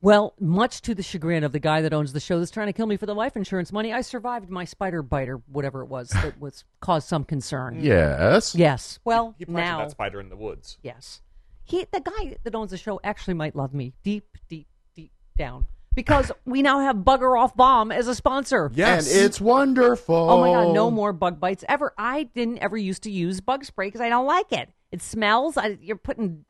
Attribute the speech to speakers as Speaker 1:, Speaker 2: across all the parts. Speaker 1: Well, much to the chagrin of the guy that owns the show that's trying to kill me for the life insurance money, I survived my spider bite or whatever it was that was caused some concern.
Speaker 2: Yes.
Speaker 1: Yes. Well,
Speaker 3: He planted
Speaker 1: now
Speaker 3: that spider in the woods.
Speaker 1: yes, he the guy that owns the show actually might love me deep, deep, deep down because we now have Bugger Off Bomb as a sponsor.
Speaker 2: And it's wonderful.
Speaker 1: Oh my god, no more bug bites ever. I didn't ever used to use bug spray because I don't like it. It smells. I, you're putting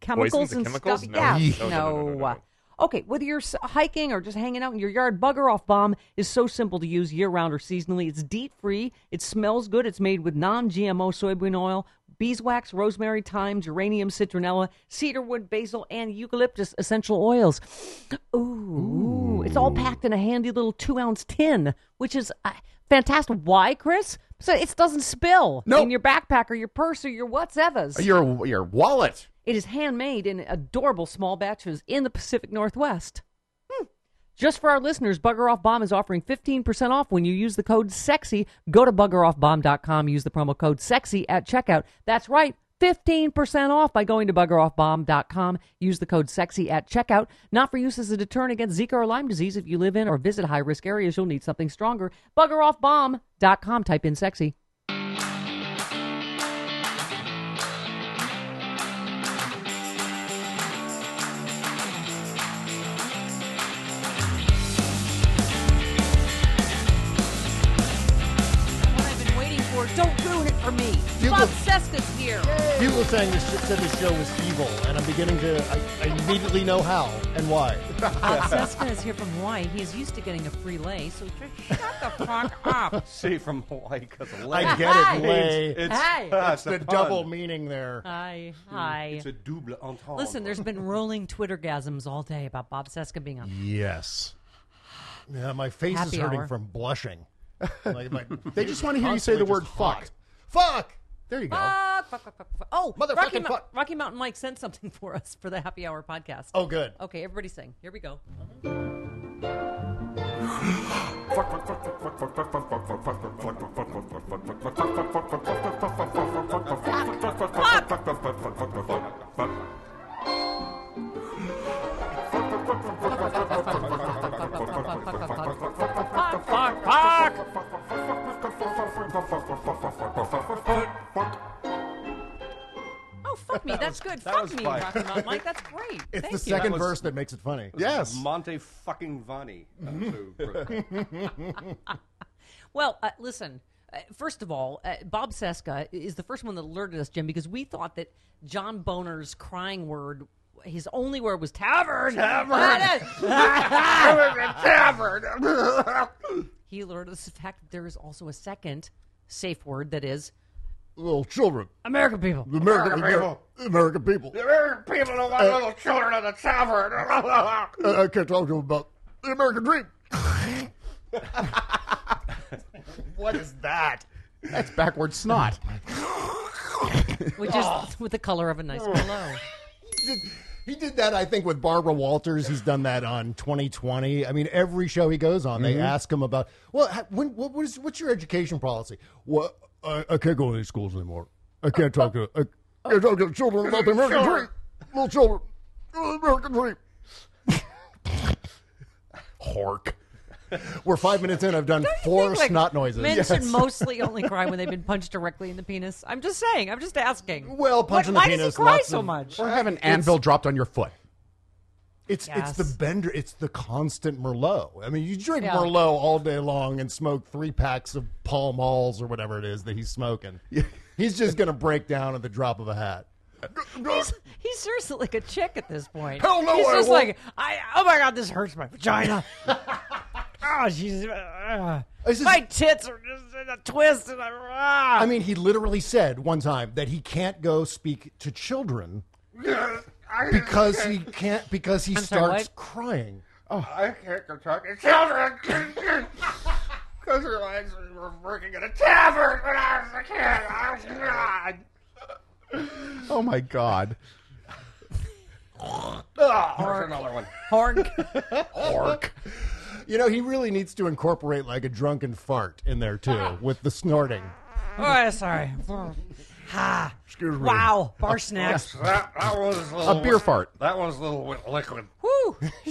Speaker 1: chemicals
Speaker 3: and
Speaker 1: and
Speaker 3: chemicals?
Speaker 1: stuff.
Speaker 3: No.
Speaker 1: Yeah,
Speaker 3: No, no, no, no, no, no.
Speaker 1: Okay, whether you're s- hiking or just hanging out in your yard, Bugger Off Bomb is so simple to use year round or seasonally. It's DEET free, it smells good, it's made with non GMO soybean oil, beeswax, rosemary, thyme, geranium, citronella, cedarwood, basil, and eucalyptus essential oils. Ooh, it's all packed in a handy little two ounce tin, which is uh, fantastic. Why, Chris? So it doesn't spill
Speaker 2: Nope.
Speaker 1: in your backpack or your purse or your whatsevers.
Speaker 2: Your your wallet.
Speaker 1: It is handmade in adorable small batches in the Pacific Northwest. Hmm. Just for our listeners, Bugger Off Bomb is offering 15% off when you use the code SEXY. Go to buggeroffbomb.com, use the promo code SEXY at checkout. That's right, 15% off by going to buggeroffbomb.com. Use the code SEXY at checkout. Not for use as a deterrent against Zika or Lyme disease. If you live in or visit high risk areas, you'll need something stronger. Buggeroffbomb.com, type in SEXY. What I've been waiting for, don't ruin it for me.
Speaker 4: You Bob go-
Speaker 1: Seska's here.
Speaker 4: People saying this sh- said this show was evil, and I'm beginning to I, I immediately know how and why.
Speaker 1: Bob Seska is here from Hawaii. He is used to getting a free lay, so just shut the fuck up.
Speaker 3: She from Hawaii because of
Speaker 4: I
Speaker 3: legs.
Speaker 4: get it,
Speaker 1: Hey.
Speaker 4: Lay.
Speaker 3: It's,
Speaker 1: Hey.
Speaker 3: ah,
Speaker 4: It's the
Speaker 3: pun.
Speaker 4: double meaning there.
Speaker 1: Hi, hi.
Speaker 3: It's a double entendre.
Speaker 1: Listen, there's been rolling Twitter gasms all day about Bob Seska being on.
Speaker 4: Yes. Yeah, my face
Speaker 1: Happy
Speaker 4: is hurting
Speaker 1: hour.
Speaker 4: from blushing. Like, my-
Speaker 2: They just want to hear you say the
Speaker 4: constantly
Speaker 2: word
Speaker 4: just
Speaker 2: fuck.
Speaker 4: hot. Fuck. There you go.
Speaker 1: Fuck, fuck, fuck, fuck, fuck. Oh,
Speaker 4: Motherfucking
Speaker 1: Rocky, Mou-
Speaker 4: fuck.
Speaker 1: Rocky Mountain Mike sent something for us for the Happy Hour podcast.
Speaker 4: Oh, good.
Speaker 1: Okay, everybody sing. Here we go. Fuck, fuck, fuck. Oh, fuck me. That's good.
Speaker 3: that
Speaker 1: fuck
Speaker 3: was
Speaker 1: me,
Speaker 3: fine.
Speaker 1: Rocky Mountain Mike. That's great.
Speaker 4: It's
Speaker 1: Thank
Speaker 4: the
Speaker 1: you.
Speaker 4: second verse that makes it funny.
Speaker 2: Yes. Mm-hmm.
Speaker 3: Monte fucking Vani. uh, who wrote that.
Speaker 1: Well, uh, listen. Uh, first of all, uh, Bob Seska is the first one that alerted us, Jim, because we thought that John Boner's crying word, his only word was tavern. Tavern. he alerted us to the fact that there is also a second safe word that is
Speaker 4: Little children.
Speaker 1: American people.
Speaker 4: American, American people. American people.
Speaker 2: People don't want little children in the tavern.
Speaker 4: I, I can't talk to them about the American dream.
Speaker 2: what is that? That's backward snot.
Speaker 1: Which is
Speaker 4: Ah.
Speaker 1: with the color of a nice pillow.
Speaker 4: did, he did that, I think, with Barbara Walters. He's done that on 2020. I mean, every show he goes on, they ask him about, well, ha- when, what, what is, what's your education policy? Well, I, I can't go to these schools anymore. I can't talk to, I can't talk to the children about the American dream. Little children, the American dream. Hork. We're five minutes in. I've done
Speaker 1: Don't you
Speaker 4: four
Speaker 1: think, like,
Speaker 4: snot noises.
Speaker 1: Men should
Speaker 4: Yes.
Speaker 1: mostly only cry when they've been punched directly in the penis. I'm just saying. I'm just asking.
Speaker 4: Well,
Speaker 1: What-
Speaker 4: punch in the
Speaker 1: why
Speaker 4: penis.
Speaker 1: does he cry
Speaker 4: lots
Speaker 1: so
Speaker 4: of-
Speaker 1: much?
Speaker 2: Or have an anvil dropped on your foot.
Speaker 4: It's
Speaker 1: Yes.
Speaker 4: it's the Bender. It's the constant Merlot. I mean, you drink
Speaker 1: Yeah.
Speaker 4: Merlot all day long and smoke three packs of Pall Malls or whatever it is that he's smoking. he's just gonna break down at the drop of a hat.
Speaker 1: He's, he's seriously like a chick at this point.
Speaker 4: Hell no,
Speaker 1: He's
Speaker 4: I
Speaker 1: just
Speaker 4: won't.
Speaker 1: like, I, oh my god, this hurts my vagina. oh, she's, uh,
Speaker 4: This is-
Speaker 1: my tits are just in a twist. And I'm, ah.
Speaker 4: I mean, he literally said one time that he can't go speak to children because he can't because he
Speaker 1: I'm sorry,
Speaker 4: starts
Speaker 1: what?
Speaker 4: crying.
Speaker 2: Oh. I can't go talk to children because your eyes were working at a tavern when I was a kid. I was God. Oh my God.
Speaker 3: There's another one.
Speaker 1: Horn.
Speaker 4: You know, he really needs to incorporate like a drunken fart in there
Speaker 2: Ah.
Speaker 4: too with the snorting.
Speaker 1: oh, sorry. ha.
Speaker 4: Excuse me.
Speaker 1: Wow. Bar snacks.
Speaker 3: That, that one's a little.
Speaker 2: A beer fart.
Speaker 3: That one's a little wi- liquid.
Speaker 1: Woo.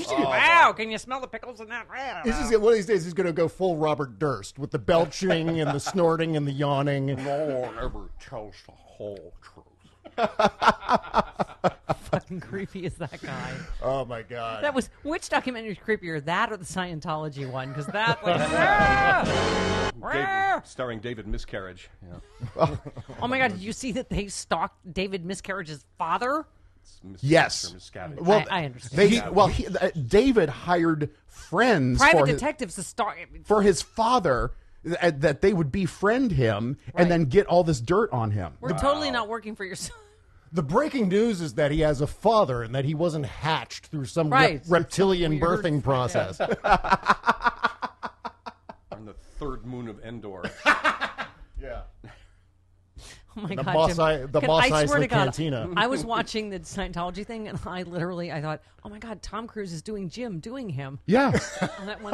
Speaker 1: Oh, wow. Can you smell the pickles in that? Ah.
Speaker 4: Oh. This is one of these days. He's going to go full Robert Durst with the belching and the snorting and the yawning.
Speaker 3: No one ever tells the whole truth.
Speaker 1: fucking creepy as that guy.
Speaker 4: Oh my god!
Speaker 1: That was which documentary is creepier, that or the Scientology one? Because that, like, ah.
Speaker 3: David, starring David Miscarriage. Yeah.
Speaker 1: oh my god, did you see that they stalked David Miscarriage's father?
Speaker 3: It's mis-
Speaker 2: Yes.
Speaker 3: or miscavige.
Speaker 2: Well,
Speaker 1: I- I understand.
Speaker 2: They, well, he, uh, David hired friends for
Speaker 1: Private
Speaker 2: his,
Speaker 1: detectives to stalk.
Speaker 2: for his father th- uh, that they would befriend him
Speaker 1: Right.
Speaker 2: and then get all this dirt on him.
Speaker 1: We're totally not working for your son.
Speaker 4: the breaking news is that he has a father and that he wasn't hatched through some rep-
Speaker 1: Right.
Speaker 4: reptilian
Speaker 1: Weird.
Speaker 4: birthing process.
Speaker 3: On the third moon of Endor.
Speaker 4: yeah.
Speaker 1: Oh my
Speaker 4: The
Speaker 1: god,
Speaker 4: Mos
Speaker 1: Jim.
Speaker 4: I- the
Speaker 1: Can-
Speaker 4: Mos
Speaker 1: I swear
Speaker 4: Eisley
Speaker 1: to God,
Speaker 4: Cantina.
Speaker 1: I was watching the Scientology thing, and I literally I thought, oh my god, Tom Cruise is doing Jim, doing him.
Speaker 2: Yeah.
Speaker 1: On that one.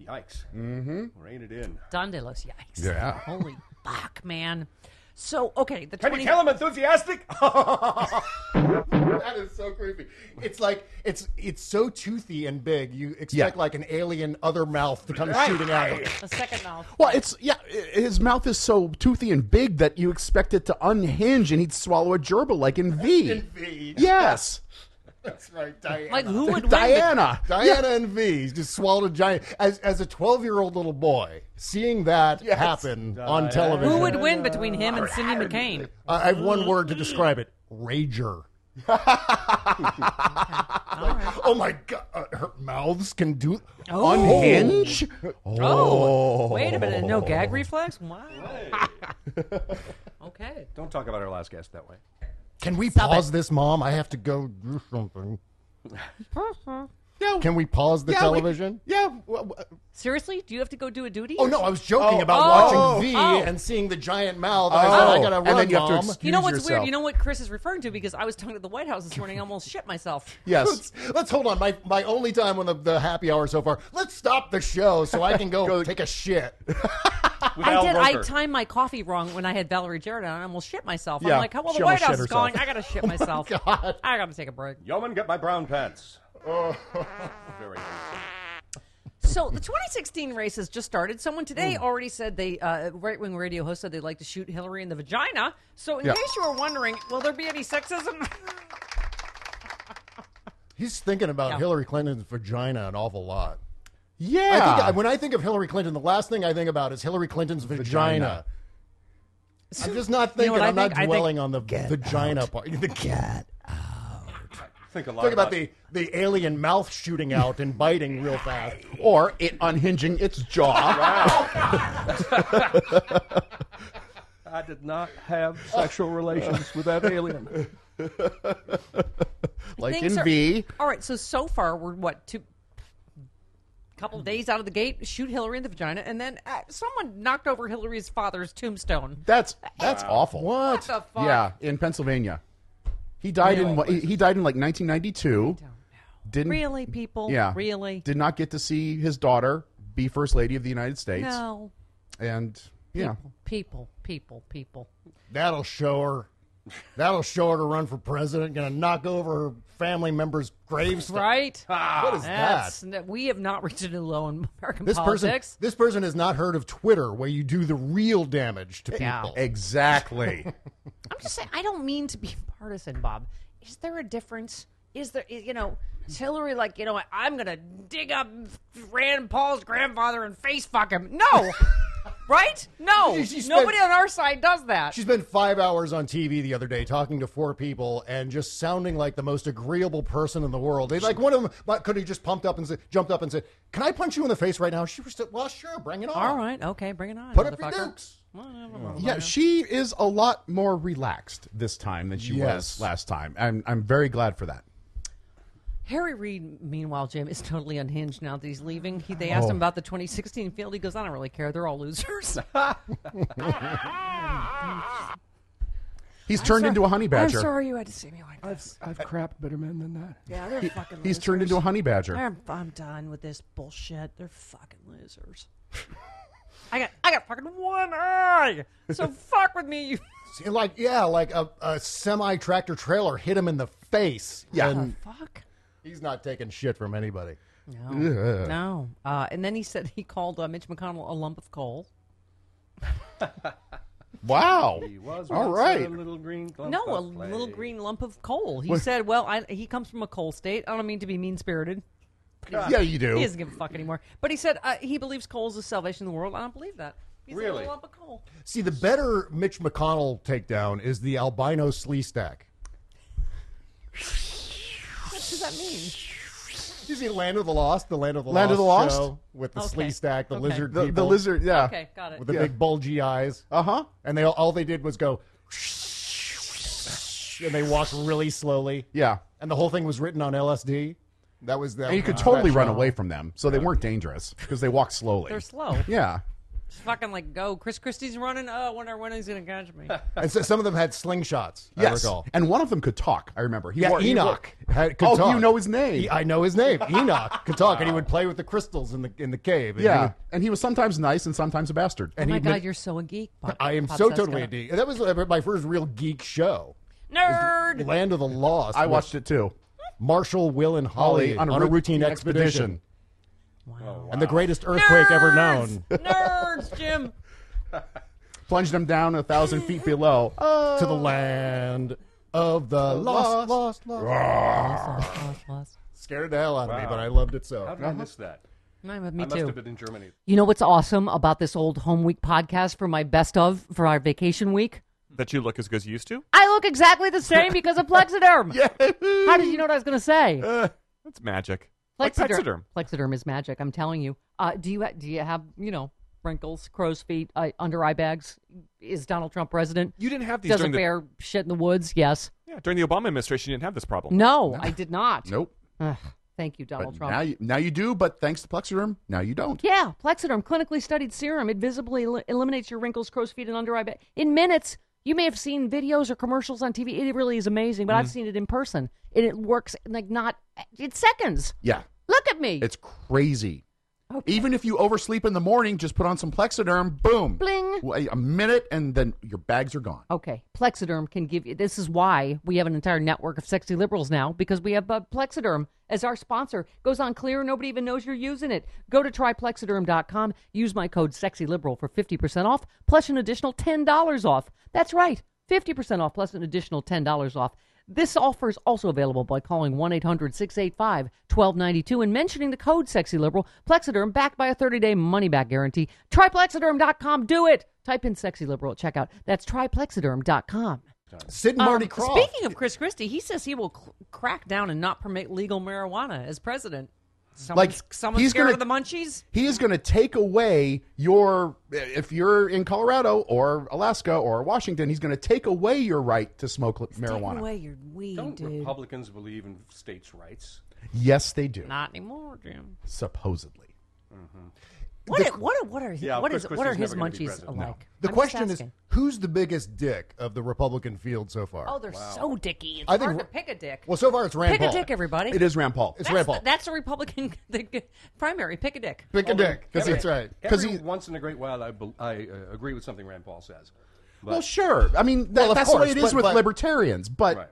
Speaker 3: Yikes. Mm-hmm. Rain it in.
Speaker 1: Dondelos, yikes!
Speaker 2: Yeah.
Speaker 1: holy fuck, man. So okay, the
Speaker 3: Can you
Speaker 1: twenty.
Speaker 3: tell I'm enthusiastic?
Speaker 4: That is so creepy. It's like it's it's so toothy and big. You expect
Speaker 2: Yeah.
Speaker 4: like an alien other mouth to come shooting out. of it.
Speaker 1: the second mouth.
Speaker 2: Well, it's yeah. i- His mouth is so toothy and big that you expect it to unhinge, and he'd swallow a gerbil like in V.
Speaker 4: In V.
Speaker 2: Yes,
Speaker 4: That's right, Diana.
Speaker 1: Like who would win?
Speaker 2: Diana.
Speaker 4: Diana and V just swallowed a giant as as a twelve year old little boy seeing that happen on
Speaker 1: bet-
Speaker 4: television.
Speaker 1: Who would win between him and Cindy McCain?
Speaker 4: I I have one word to describe it: rager. Oh my god, uh, her mouths can do
Speaker 1: Oh.
Speaker 2: Unhinge.
Speaker 1: Oh, wait a minute. No gag reflex? Wow. okay.
Speaker 3: Don't talk about our last guest that way.
Speaker 4: Can we pause this, Mom? I have to go do something.
Speaker 2: No.
Speaker 4: Can we pause the
Speaker 2: Yeah, we-
Speaker 4: television?
Speaker 2: yeah. w- w-
Speaker 1: Seriously? Do you have to go do a duty?
Speaker 4: Oh no, I was joking
Speaker 2: Oh,
Speaker 4: about
Speaker 2: oh,
Speaker 4: watching V
Speaker 1: oh.
Speaker 4: and seeing the giant mouth. and I said, I
Speaker 2: Oh,
Speaker 4: gotta
Speaker 2: and
Speaker 4: run,
Speaker 2: then you have to
Speaker 4: Mom."
Speaker 2: excuse-
Speaker 1: You know what's
Speaker 2: yourself.
Speaker 1: weird? You know what Chris is referring to because I was talking to the White House this morning. I almost shit myself.
Speaker 2: Yes.
Speaker 4: Let's, let's hold on. My my only time on the, the happy hour so far. Let's stop the show so I can go, take a shit.
Speaker 3: With
Speaker 1: I
Speaker 3: Al
Speaker 1: did. I
Speaker 3: Roker. timed.
Speaker 1: timed my coffee wrong when I had Valerie Jarrett on. I almost shit myself.
Speaker 2: Yeah,
Speaker 1: I'm like, oh, well,
Speaker 2: she
Speaker 1: the White
Speaker 2: almost
Speaker 1: House
Speaker 2: shit
Speaker 1: is going.
Speaker 2: herself. Oh
Speaker 1: I gotta shit myself. I gotta take a break.
Speaker 3: Yeoman, get my brown pants. Very nice.
Speaker 1: So the 2016 race has just started. Someone
Speaker 2: Mm.
Speaker 1: today already said they uh, right wing radio host said they'd like to shoot Hillary in the vagina. So in
Speaker 2: Yeah.
Speaker 1: case you were wondering, will there be any sexism?
Speaker 4: He's thinking about
Speaker 1: Yeah.
Speaker 4: Hillary Clinton's vagina an awful lot. I
Speaker 2: Yeah.
Speaker 4: think I- when I think of Hillary Clinton, the last thing I think about is Hillary Clinton's vagina. I'm just not
Speaker 1: You know
Speaker 4: thinking.
Speaker 1: what I
Speaker 4: I'm not
Speaker 1: think? I think-
Speaker 4: dwelling on the vagina part. The cat.
Speaker 3: Think a lot
Speaker 4: Think about the the alien mouth shooting out and biting real fast.
Speaker 2: or it unhinging its jaw.
Speaker 3: I did not have sexual relations with that alien.
Speaker 2: like
Speaker 1: Things
Speaker 2: in
Speaker 1: are-
Speaker 2: V.
Speaker 1: All right. So so far we're what two couple days out of the gate. Shoot Hillary in the vagina, and then uh, someone knocked over Hillary's father's tombstone.
Speaker 2: That's that's awful.
Speaker 1: What the fuck?
Speaker 2: Yeah, in Pennsylvania. He died in what- he, he died in like 1992. Didn't
Speaker 1: Really, people?
Speaker 2: Yeah.
Speaker 1: Really?
Speaker 2: Did not get to see his daughter be first lady of the United States.
Speaker 1: no.
Speaker 2: And yeah.
Speaker 1: People, people, people, people.
Speaker 4: That'll show her. That'll show her to run for president. Going to knock over her family members' graves.
Speaker 1: Right?
Speaker 4: What is
Speaker 1: That's,
Speaker 4: that?
Speaker 1: We have not reached a new low in American
Speaker 4: This person,
Speaker 1: politics.
Speaker 4: this person has not heard of Twitter, where you do the real damage to people.
Speaker 5: Exactly.
Speaker 1: I'm just saying, I don't mean to be partisan, Bob. Is there a difference? Is there, you know, is Hillary like, you know what, I'm going to dig up Rand Paul's grandfather and face fuck him? No! right? No!
Speaker 4: She- she spent-
Speaker 1: Nobody on our side does that.
Speaker 4: She spent five hours on TV the other day talking to four people and just sounding like the most agreeable person in the world. They like one of them but could have just pumped up and said, jumped up and said, "Can I punch you in the face right now?" She was still, well, sure, bring it on.
Speaker 1: All right, okay, bring it on.
Speaker 4: put up your
Speaker 1: motherfucker.
Speaker 4: dukes.
Speaker 5: yeah, she is a lot more relaxed this time than she
Speaker 4: Yes.
Speaker 5: was last time. I'm I'm very glad for that.
Speaker 1: Harry Reid, meanwhile, Jim, is totally unhinged now that he's leaving. He, they
Speaker 4: Oh.
Speaker 1: asked him about the 2016 field. He goes, I don't really care. They're all losers.
Speaker 5: He's turned into a honey badger.
Speaker 1: I'm sorry you had to see me like this.
Speaker 3: I've crapped better men than that.
Speaker 1: Yeah, they're fucking
Speaker 5: He's turned into a honey badger.
Speaker 1: I'm, I'm done with this bullshit. They're fucking losers. I got I got fucking one eye. So fuck with me. You
Speaker 4: See, like yeah, like a, a semi tractor trailer hit him in the face.
Speaker 5: Yeah. Uh-huh.
Speaker 4: and
Speaker 1: fuck.
Speaker 4: he's not taking shit from anybody.
Speaker 1: No. No. Uh, and then he said he called uh, Mitch McConnell a lump of coal.
Speaker 5: Wow.
Speaker 3: He was
Speaker 5: All
Speaker 3: once
Speaker 5: right.
Speaker 3: a little green clump
Speaker 1: No, a
Speaker 3: of clay.
Speaker 1: little green lump of coal. He said, "Well, I, he comes from a coal state. I don't mean to be mean spirited.
Speaker 5: Yeah, you do.
Speaker 1: He doesn't give a fuck anymore." But he said uh, he believes coal is the salvation of the world. I don't believe that. He's a
Speaker 3: Really?
Speaker 1: little lump of coal.
Speaker 4: See, the better Mitch McConnell takedown is the albino slee stack.
Speaker 1: What does that mean?
Speaker 4: You see, Land of the Lost, the Land of the
Speaker 5: Land
Speaker 4: Lost,
Speaker 5: of the Lost?
Speaker 4: show with the
Speaker 1: Okay.
Speaker 4: slee stack, the
Speaker 1: Okay.
Speaker 4: lizard,
Speaker 5: the, the
Speaker 4: people
Speaker 5: lizard. Yeah.
Speaker 1: Okay, got it.
Speaker 4: with the
Speaker 5: Yeah.
Speaker 4: big bulgy eyes, Oh,
Speaker 5: Uh huh.
Speaker 2: Uh-huh.
Speaker 4: and they all, all they did was go, and they walked really slowly.
Speaker 5: Yeah.
Speaker 4: and the whole thing was written on LSD. That was that.
Speaker 5: And you could
Speaker 4: that
Speaker 5: totally
Speaker 4: show.
Speaker 5: run away from them, so they weren't dangerous because they walked slowly.
Speaker 1: They're slow.
Speaker 5: Yeah.
Speaker 1: Just fucking like go. Chris Christie's running. Oh, I wonder when he's gonna catch me.
Speaker 4: And so some of them had slingshots. I
Speaker 5: Yes.
Speaker 4: recall.
Speaker 5: And one of them could talk. I remember. He
Speaker 4: Yeah,
Speaker 5: wa- he wa-
Speaker 4: Enoch. had- could
Speaker 5: oh,
Speaker 4: talk.
Speaker 5: you know his name.
Speaker 4: He- I know his name. Enoch could talk, and he would play with the crystals in the in the cave. and he
Speaker 5: yeah.
Speaker 4: would-
Speaker 5: And he was sometimes nice and sometimes a bastard.
Speaker 1: Oh
Speaker 4: and
Speaker 1: my
Speaker 4: he'd
Speaker 1: god,
Speaker 4: make-
Speaker 1: you're so a geek. Bob-
Speaker 4: I am
Speaker 1: Bob
Speaker 4: so
Speaker 1: Seska.
Speaker 4: totally a geek. That was uh, my first real geek show.
Speaker 1: nerd.
Speaker 4: Land of the Lost.
Speaker 5: I
Speaker 4: with
Speaker 5: watched it too.
Speaker 4: Marshall, Will, and Holly, on, a routine expedition, Oh,
Speaker 1: Wow.
Speaker 4: and the greatest earthquake ever known
Speaker 1: Nerds, Jim.
Speaker 5: Plunged him down a thousand feet below. Uh,
Speaker 4: to the
Speaker 1: Oh.
Speaker 4: land of the lost, lost, lost.
Speaker 1: Oh,
Speaker 4: Scared the hell out of me, but I loved it so.
Speaker 3: How did I miss that?
Speaker 1: Mine with me
Speaker 3: I must
Speaker 1: too.
Speaker 3: have been in Germany.
Speaker 1: You know what's awesome about this old home week podcast for my best of for our vacation week?
Speaker 6: That you look as good as you used to?
Speaker 1: I look exactly the same because of Plexiderm. How did you know what I was going to say?
Speaker 4: Uh,
Speaker 6: That's magic. Like
Speaker 1: Plexiderm.
Speaker 6: Pexiderm.
Speaker 1: Plexiderm is magic. I'm telling you. Uh, do you ha- do you have you know wrinkles, crow's feet, uh, under eye bags? Is Donald Trump president?
Speaker 6: You didn't have these
Speaker 1: Doesn't
Speaker 6: during the
Speaker 1: bear shit in the woods. Yes.
Speaker 6: yeah, during the Obama administration. You didn't have this problem.
Speaker 1: No, I did not.
Speaker 5: nope.
Speaker 1: Ugh, thank you, Donald
Speaker 5: But
Speaker 1: Trump.
Speaker 5: now you, now you do, but thanks to Plexiderm, now you don't.
Speaker 1: yeah, Plexiderm clinically studied serum. It visibly el- eliminates your wrinkles, crow's feet, and under eye bag in minutes. You may have seen videos or commercials on TV. It really is amazing, but
Speaker 5: Mm.
Speaker 1: I've seen it in person, and it works like not. It's seconds.
Speaker 5: Yeah.
Speaker 1: Look at me.
Speaker 5: It's crazy. Even if you oversleep in the morning, just put on some Plexiderm, boom.
Speaker 1: Bling.
Speaker 5: Wait A minute, and then your bags are gone.
Speaker 1: Okay, Plexiderm can give you. This is why we have an entire network of sexy liberals now because we have uh, Plexiderm as our sponsor. Goes on clear, nobody even knows you're using it. Go to tryplexiderm.com. Use my code sexyliberal for fifty percent off, plus an additional ten dollars off. That's right, fifty percent off, plus an additional ten dollars off. This offer is also available by calling 1 800 685 1292 and mentioning the code Sexy Liberal. Plexiderm backed by a 30 day money back guarantee. Try Plexiderm.com. Do it. Type in Sexy Liberal at checkout. That's triplexiderm.com.
Speaker 4: Sid and Marty Croft.
Speaker 1: Um, Speaking of Chris Christie, he says he will cl- crack down and not permit legal marijuana as president. Someone's,
Speaker 5: Like,
Speaker 1: someone's
Speaker 5: he's
Speaker 1: scared
Speaker 5: gonna-
Speaker 1: of the munchies?
Speaker 5: He is going to take away your, if you're in Colorado or Alaska or Washington, he's going to take away your right to smoke li- marijuana.
Speaker 1: Take away your weed,
Speaker 3: Don't
Speaker 1: dude.
Speaker 3: Republicans believe in states' rights?
Speaker 5: Yes, they do.
Speaker 1: Not anymore, Jim.
Speaker 5: supposedly.
Speaker 1: What, are- what, are- what are,
Speaker 3: Yeah,
Speaker 1: what
Speaker 3: Chris
Speaker 1: is, what are
Speaker 3: Christie's
Speaker 1: his
Speaker 3: never gonna be
Speaker 1: munchies
Speaker 3: president.
Speaker 1: alike?
Speaker 3: No.
Speaker 4: the
Speaker 1: I'm just
Speaker 4: question is,
Speaker 1: asking.
Speaker 4: who's the biggest dick of the Republican field so far?
Speaker 1: Oh, they're so dicky. It's
Speaker 4: I think
Speaker 1: hard
Speaker 4: Ra-
Speaker 1: to pick a dick.
Speaker 4: well, so far it's Rand
Speaker 1: pick
Speaker 4: Paul.
Speaker 1: a dick, everybody.
Speaker 5: It is Rand Paul.
Speaker 4: It's
Speaker 1: that's,
Speaker 4: Rand Paul.
Speaker 1: that's a Republican the primary. Pick a dick.
Speaker 4: Pick a dick.
Speaker 3: Every-
Speaker 4: that's right.
Speaker 5: Because
Speaker 3: every
Speaker 5: he-
Speaker 3: once in a great while, I, bel I uh, agree with something Rand Paul says.
Speaker 5: well, sure. I mean, that,
Speaker 4: Well, of
Speaker 5: that's the
Speaker 4: course,
Speaker 5: way it is
Speaker 4: but-
Speaker 5: with
Speaker 4: but-
Speaker 5: libertarians. But
Speaker 3: Right.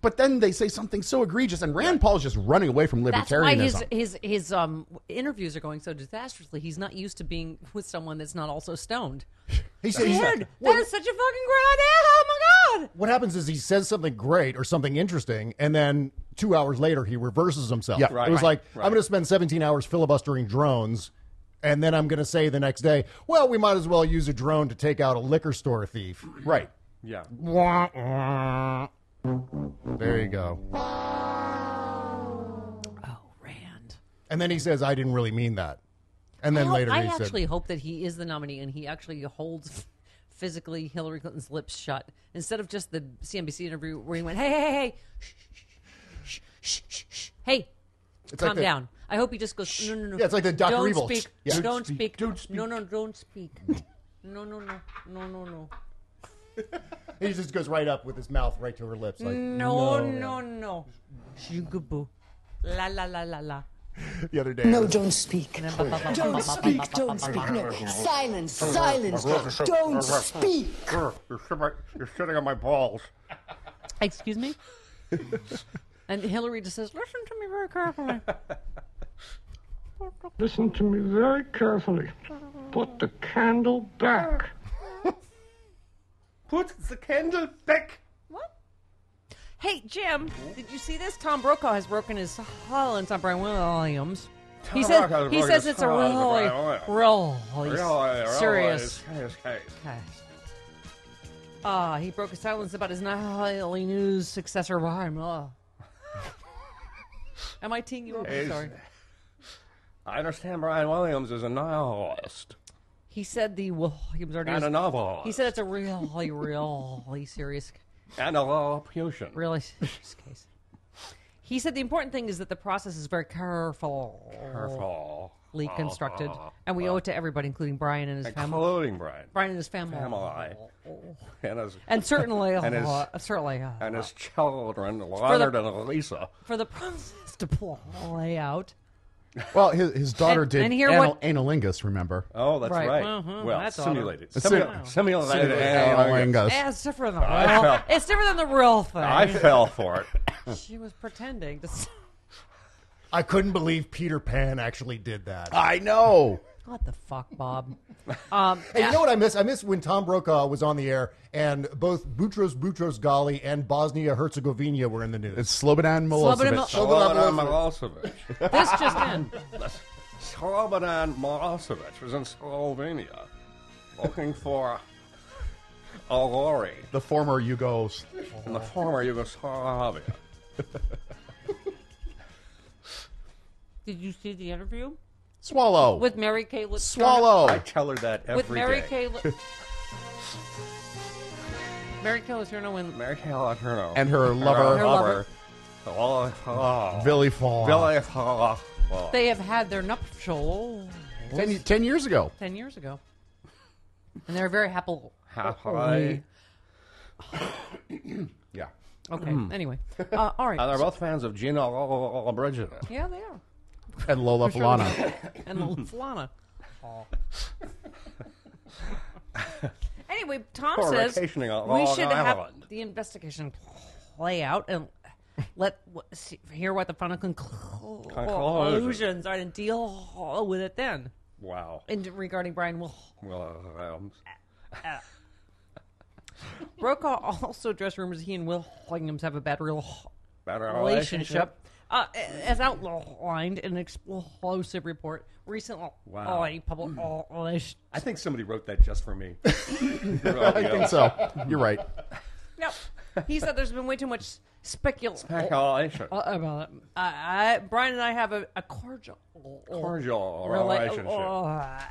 Speaker 5: but then they say something so egregious, and Rand Paul's just running away from libertarianism.
Speaker 1: That's why his his his um interviews are going so disastrously. He's not used to being with someone that's not also stoned.
Speaker 4: He says,
Speaker 1: Dude,
Speaker 4: Well,
Speaker 1: that is such a fucking great idea! Oh my god!
Speaker 4: what happens is he says something great or something interesting, and then two hours later he reverses himself.
Speaker 5: Yeah, right,
Speaker 4: it was
Speaker 5: right,
Speaker 4: like I'm going to spend 17 hours filibustering drones, and then I'm going to say the next day, well, we might as well use a drone to take out a liquor store thief.
Speaker 5: right.
Speaker 3: Yeah.
Speaker 4: Wah, wah. There you go.
Speaker 1: Oh Rand.
Speaker 4: And then he says, I didn't really mean that. And then
Speaker 1: I hope-
Speaker 4: later
Speaker 1: I
Speaker 4: he said,
Speaker 1: actually hope that he is the nominee and he actually holds physically Hillary Clinton's lips shut instead of just the CNBC interview where he went, "Hey, hey, hey, hey, shh, shh, shh, shh, shh, shh. hey, calm
Speaker 4: like the-
Speaker 1: down." I hope he just goes, "No, no, no."
Speaker 4: Yeah, it's like the Dr.
Speaker 1: Don't
Speaker 4: Evil.
Speaker 1: speak.
Speaker 4: Yeah.
Speaker 1: Don't,
Speaker 4: Don't
Speaker 1: speak. Don't speak. No, no, don't speak. no, no, no, no, no, no.
Speaker 4: he just goes right up with his mouth right to her lips. Like,
Speaker 1: No, no, no. Shugaboo. La la la la la.
Speaker 5: The other day,
Speaker 7: No, don't speak. Don't speak, don't speak. No. Silence, silence. Don't speak.
Speaker 2: You're, shivering- you're sitting on my balls.
Speaker 1: Excuse me? and Hillary just says, listen to me very carefully.
Speaker 8: Listen to me very carefully. Put the candle back.
Speaker 3: Put the candle back.
Speaker 1: What? Hey, Jim, did you see this? Tom Brokaw has broken his silence on Brian Williams. He
Speaker 3: Tom
Speaker 1: says,
Speaker 3: Brokaw has
Speaker 1: he
Speaker 3: broken
Speaker 1: says
Speaker 3: his
Speaker 1: it's a
Speaker 3: silence on
Speaker 1: really,
Speaker 3: Brian
Speaker 1: really,
Speaker 3: Really, really
Speaker 1: serious
Speaker 3: serious uh, case.
Speaker 1: case. Ah, he broke his silence about his nightly news successor, Brian. Williams. Am I teeing you up? I'm
Speaker 3: Is-
Speaker 1: sorry.
Speaker 3: I understand Brian Williams is a novelist,
Speaker 1: He said the Williams already.
Speaker 3: and a
Speaker 1: used-
Speaker 3: novelist,
Speaker 1: He said it's a really, really serious
Speaker 3: and a Lilliputian.
Speaker 1: Really serious case. He said the important thing is that the process is very careful,
Speaker 3: Careful.
Speaker 1: carefully constructed, and we owe it to everybody, including Brian and his family.
Speaker 3: Including Brian.
Speaker 1: Brian and his family.
Speaker 3: Family. And his,
Speaker 1: And certainly,
Speaker 3: And his-
Speaker 1: uh, certainly, uh,
Speaker 3: and his children, Leonard and Lisa.
Speaker 1: for the process to play out.
Speaker 5: well, his, his daughter
Speaker 1: And-
Speaker 5: did
Speaker 1: and here
Speaker 5: anal,
Speaker 1: what-
Speaker 5: analingus. Remember,
Speaker 3: Oh, that's
Speaker 1: Right.
Speaker 3: right.
Speaker 1: Mhm,
Speaker 3: Well,
Speaker 1: that's
Speaker 3: simulated.
Speaker 5: awesome.
Speaker 3: Simu-
Speaker 5: Wow.
Speaker 3: simulated. analingus.
Speaker 5: analingus.
Speaker 1: Eh, it's different than the
Speaker 3: I
Speaker 1: real.
Speaker 3: felt-
Speaker 1: It's different than the real thing.
Speaker 3: I fell for it.
Speaker 1: she was pretending. To, s-
Speaker 4: I couldn't believe Peter Pan actually did that.
Speaker 5: I know.
Speaker 1: what the fuck, Bob? Um,
Speaker 4: Hey, you know what I miss? I miss when Tom Brokaw was on the air and both Boutros Boutros Ghali and Bosnia Herzegovina were in the news.
Speaker 5: It's Slobodan
Speaker 1: Slobodan
Speaker 5: Milosevic.
Speaker 1: Mil-
Speaker 3: Slobodan Milosevic.
Speaker 1: this just in.
Speaker 3: Slobodan Milosevic was in Slovenia looking for a lorry
Speaker 5: the former Yugos.
Speaker 3: in the former Yugoslavia.
Speaker 1: Did you see the interview
Speaker 5: Swallow.
Speaker 1: with Mary Kay? Lip-
Speaker 5: Swallow.
Speaker 3: I tell her that every
Speaker 1: with
Speaker 3: day.
Speaker 1: Mary Kay. Li- Mary Kay Letourneau and
Speaker 3: Mary Kay Letourneau.
Speaker 5: And her lover.
Speaker 1: Her lover.
Speaker 3: lover. Oh,
Speaker 5: Billy Fall.
Speaker 3: Billy Fall.
Speaker 1: they have had their nuptial
Speaker 5: Ten, ten years ago.
Speaker 1: ten years ago, and they're very happy.
Speaker 3: Happily.
Speaker 5: Yeah.
Speaker 1: Okay.
Speaker 5: Mm.
Speaker 1: Anyway, uh, all right.
Speaker 3: And they're both fans of Gina Lollobrigida.
Speaker 1: yeah, they are.
Speaker 5: And Lola
Speaker 1: For sure.
Speaker 5: Falana.
Speaker 1: and little Flana. anyway, Tom
Speaker 3: Or
Speaker 1: says
Speaker 3: vacationing on
Speaker 1: we
Speaker 3: Long
Speaker 1: should have
Speaker 3: Island.
Speaker 1: the investigation play out and let w- see, hear what the final conclu- conclusions are and deal with it then.
Speaker 3: Wow.
Speaker 1: And regarding Brian Will,
Speaker 3: Well, um,
Speaker 1: Brokaw also addressed rumors he and Will Williams have a bad real
Speaker 3: better
Speaker 1: relationship. Uh, as outlined in an explosive report recently
Speaker 3: Wow.
Speaker 1: published
Speaker 3: I think somebody wrote that just for me.
Speaker 5: I think so. You're right.
Speaker 1: No, he said there's been way too much speculation
Speaker 3: Speculation.
Speaker 1: about it. Uh, I, Brian and I have a, a cordial,
Speaker 3: Cordial
Speaker 1: rela-
Speaker 3: relationship.
Speaker 1: uh,